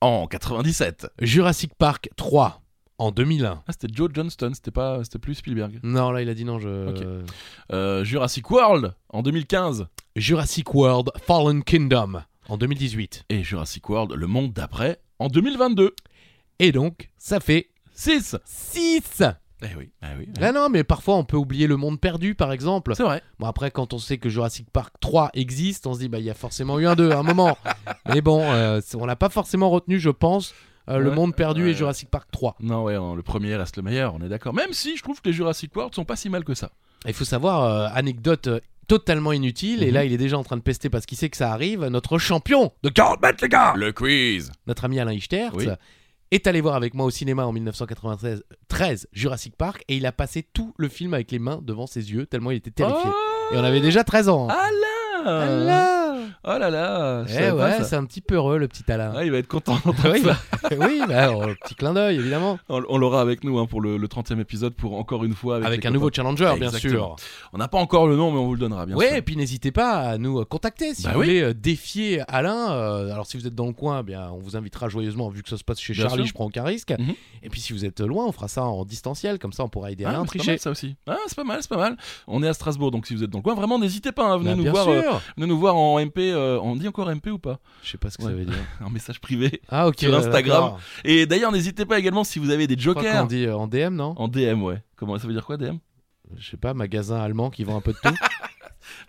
[SPEAKER 1] en 97.
[SPEAKER 2] Jurassic Park 3 en 2001.
[SPEAKER 1] Ah, c'était Joe Johnston, c'était pas, c'était plus Spielberg.
[SPEAKER 2] Non, là, il a dit non, je.
[SPEAKER 1] Euh, Jurassic World en 2015
[SPEAKER 2] Jurassic World Fallen Kingdom en 2018.
[SPEAKER 1] et Jurassic World Le Monde d'après en 2022.
[SPEAKER 2] Et donc, ça fait
[SPEAKER 1] 6
[SPEAKER 2] 6
[SPEAKER 1] Eh oui, eh oui. eh oui.
[SPEAKER 2] Là, non, mais parfois, on peut oublier Le Monde Perdu, par exemple.
[SPEAKER 1] C'est vrai.
[SPEAKER 2] Bon, après, quand on sait que Jurassic Park 3 existe, on se dit, bah, il y a forcément eu un 2 à
[SPEAKER 1] *laughs*
[SPEAKER 2] un moment. mais bon, euh, c'est- on l'a pas forcément retenu, je pense, euh, Le
[SPEAKER 1] Ouais,
[SPEAKER 2] Monde Perdu
[SPEAKER 1] ouais.
[SPEAKER 2] et Jurassic Park 3.
[SPEAKER 1] Non, ouais, on- le premier reste le meilleur, on est d'accord. Même si je trouve que les Jurassic World sont pas si mal que ça.
[SPEAKER 2] Il faut savoir, euh, anecdote euh, totalement inutile, et
[SPEAKER 1] Mhm.
[SPEAKER 2] là, il est déjà en train de pester parce qu'il sait que ça arrive, notre champion
[SPEAKER 3] The 40 mètres, les gars!
[SPEAKER 1] Le quiz
[SPEAKER 2] notre ami Alain Ichtertz,
[SPEAKER 1] Oui.
[SPEAKER 2] est allé voir avec moi au cinéma en 1993 13 Jurassic Park et il a passé tout le film avec les mains devant ses yeux, tellement il était terrifié. et on avait déjà 13 ans. hein.
[SPEAKER 1] Oh Alain
[SPEAKER 2] Alain
[SPEAKER 1] Oh Ah là là je
[SPEAKER 2] Eh
[SPEAKER 1] savais pas
[SPEAKER 2] ouais,
[SPEAKER 1] ça.
[SPEAKER 2] c'est un petit peu heureux le petit Alain.
[SPEAKER 1] Ah, il va être content d'entendre *laughs*
[SPEAKER 2] *laughs* oui,
[SPEAKER 1] ça.
[SPEAKER 2] bah, *laughs* oui, bah, oh, petit clin d'œil évidemment.
[SPEAKER 1] On, on l'aura avec nous hein, pour le, le 30e épisode pour encore une fois avec,
[SPEAKER 2] Avec,
[SPEAKER 1] les
[SPEAKER 2] un
[SPEAKER 1] copains.
[SPEAKER 2] nouveau challenger, bien
[SPEAKER 1] Exactement.
[SPEAKER 2] sûr.
[SPEAKER 1] On n'a pas encore le nom, mais on vous le donnera bien
[SPEAKER 2] ouais,
[SPEAKER 1] sûr.
[SPEAKER 2] et puis n'hésitez pas à nous euh, contacter si
[SPEAKER 1] Bah
[SPEAKER 2] vous
[SPEAKER 1] oui.
[SPEAKER 2] voulez euh, défier Alain. Euh, alors si vous êtes dans le coin, eh bien on vous invitera joyeusement vu que ça se passe chez
[SPEAKER 1] Bien
[SPEAKER 2] Charlie,
[SPEAKER 1] sûr.
[SPEAKER 2] je prends aucun risque.
[SPEAKER 1] Mhm.
[SPEAKER 2] Et puis si vous êtes loin, on fera ça en distanciel, comme ça on pourra aider
[SPEAKER 1] Ah,
[SPEAKER 2] Alain à
[SPEAKER 1] mais c'est pas
[SPEAKER 2] tricher.
[SPEAKER 1] mal ça aussi. Ah, c'est pas mal, c'est pas mal. On est à Strasbourg, donc si vous êtes dans le coin, vraiment n'hésitez pas. hein, venez,
[SPEAKER 2] Bah,
[SPEAKER 1] nous
[SPEAKER 2] bien
[SPEAKER 1] voir, euh,
[SPEAKER 2] sûr.
[SPEAKER 1] venez nous voir en MP. euh, on dit encore MP ou pas *laughs*
[SPEAKER 2] Je sais pas ce que
[SPEAKER 1] Ouais.
[SPEAKER 2] ça veut dire.
[SPEAKER 1] Un message privé.
[SPEAKER 2] Ah ok.
[SPEAKER 1] Sur
[SPEAKER 2] euh,
[SPEAKER 1] Instagram,
[SPEAKER 2] d'accord.
[SPEAKER 1] Et d'ailleurs, n'hésitez pas également si vous avez des
[SPEAKER 2] Je crois qu'on
[SPEAKER 1] jokers
[SPEAKER 2] dit euh, en DM non
[SPEAKER 1] en DM, ouais. Comment ça veut dire quoi DM
[SPEAKER 2] Je sais pas, magasin allemand qui vend un peu de tout.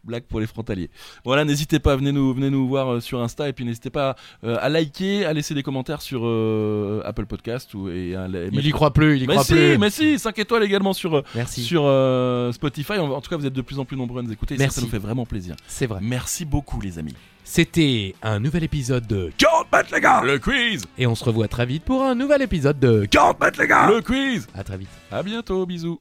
[SPEAKER 1] Blague pour les frontaliers. Voilà, n'hésitez pas, venez nous, venez nous voir euh, sur Insta et puis n'hésitez pas euh, à liker, à laisser des commentaires sur euh, Apple Podcast ou et euh, à la-
[SPEAKER 2] il y croit plus, il y
[SPEAKER 1] Mais
[SPEAKER 2] croit
[SPEAKER 1] si,
[SPEAKER 2] plus.
[SPEAKER 1] mais si, 5 étoiles également sur, euh,
[SPEAKER 2] Merci.
[SPEAKER 1] sur euh, Spotify. En, en tout cas, vous êtes de plus en plus nombreux à nous écouter. et ça,
[SPEAKER 2] Merci.
[SPEAKER 1] ça nous fait vraiment plaisir.
[SPEAKER 2] C'est vrai.
[SPEAKER 1] Merci beaucoup, les amis.
[SPEAKER 2] C'était un nouvel épisode de
[SPEAKER 3] 40 mètres, les gars!
[SPEAKER 1] Le quiz,
[SPEAKER 2] et on se revoit très vite pour un nouvel épisode de
[SPEAKER 3] 40 mètres, les gars!
[SPEAKER 1] le quiz.
[SPEAKER 2] à très vite.
[SPEAKER 1] À bientôt, bisous.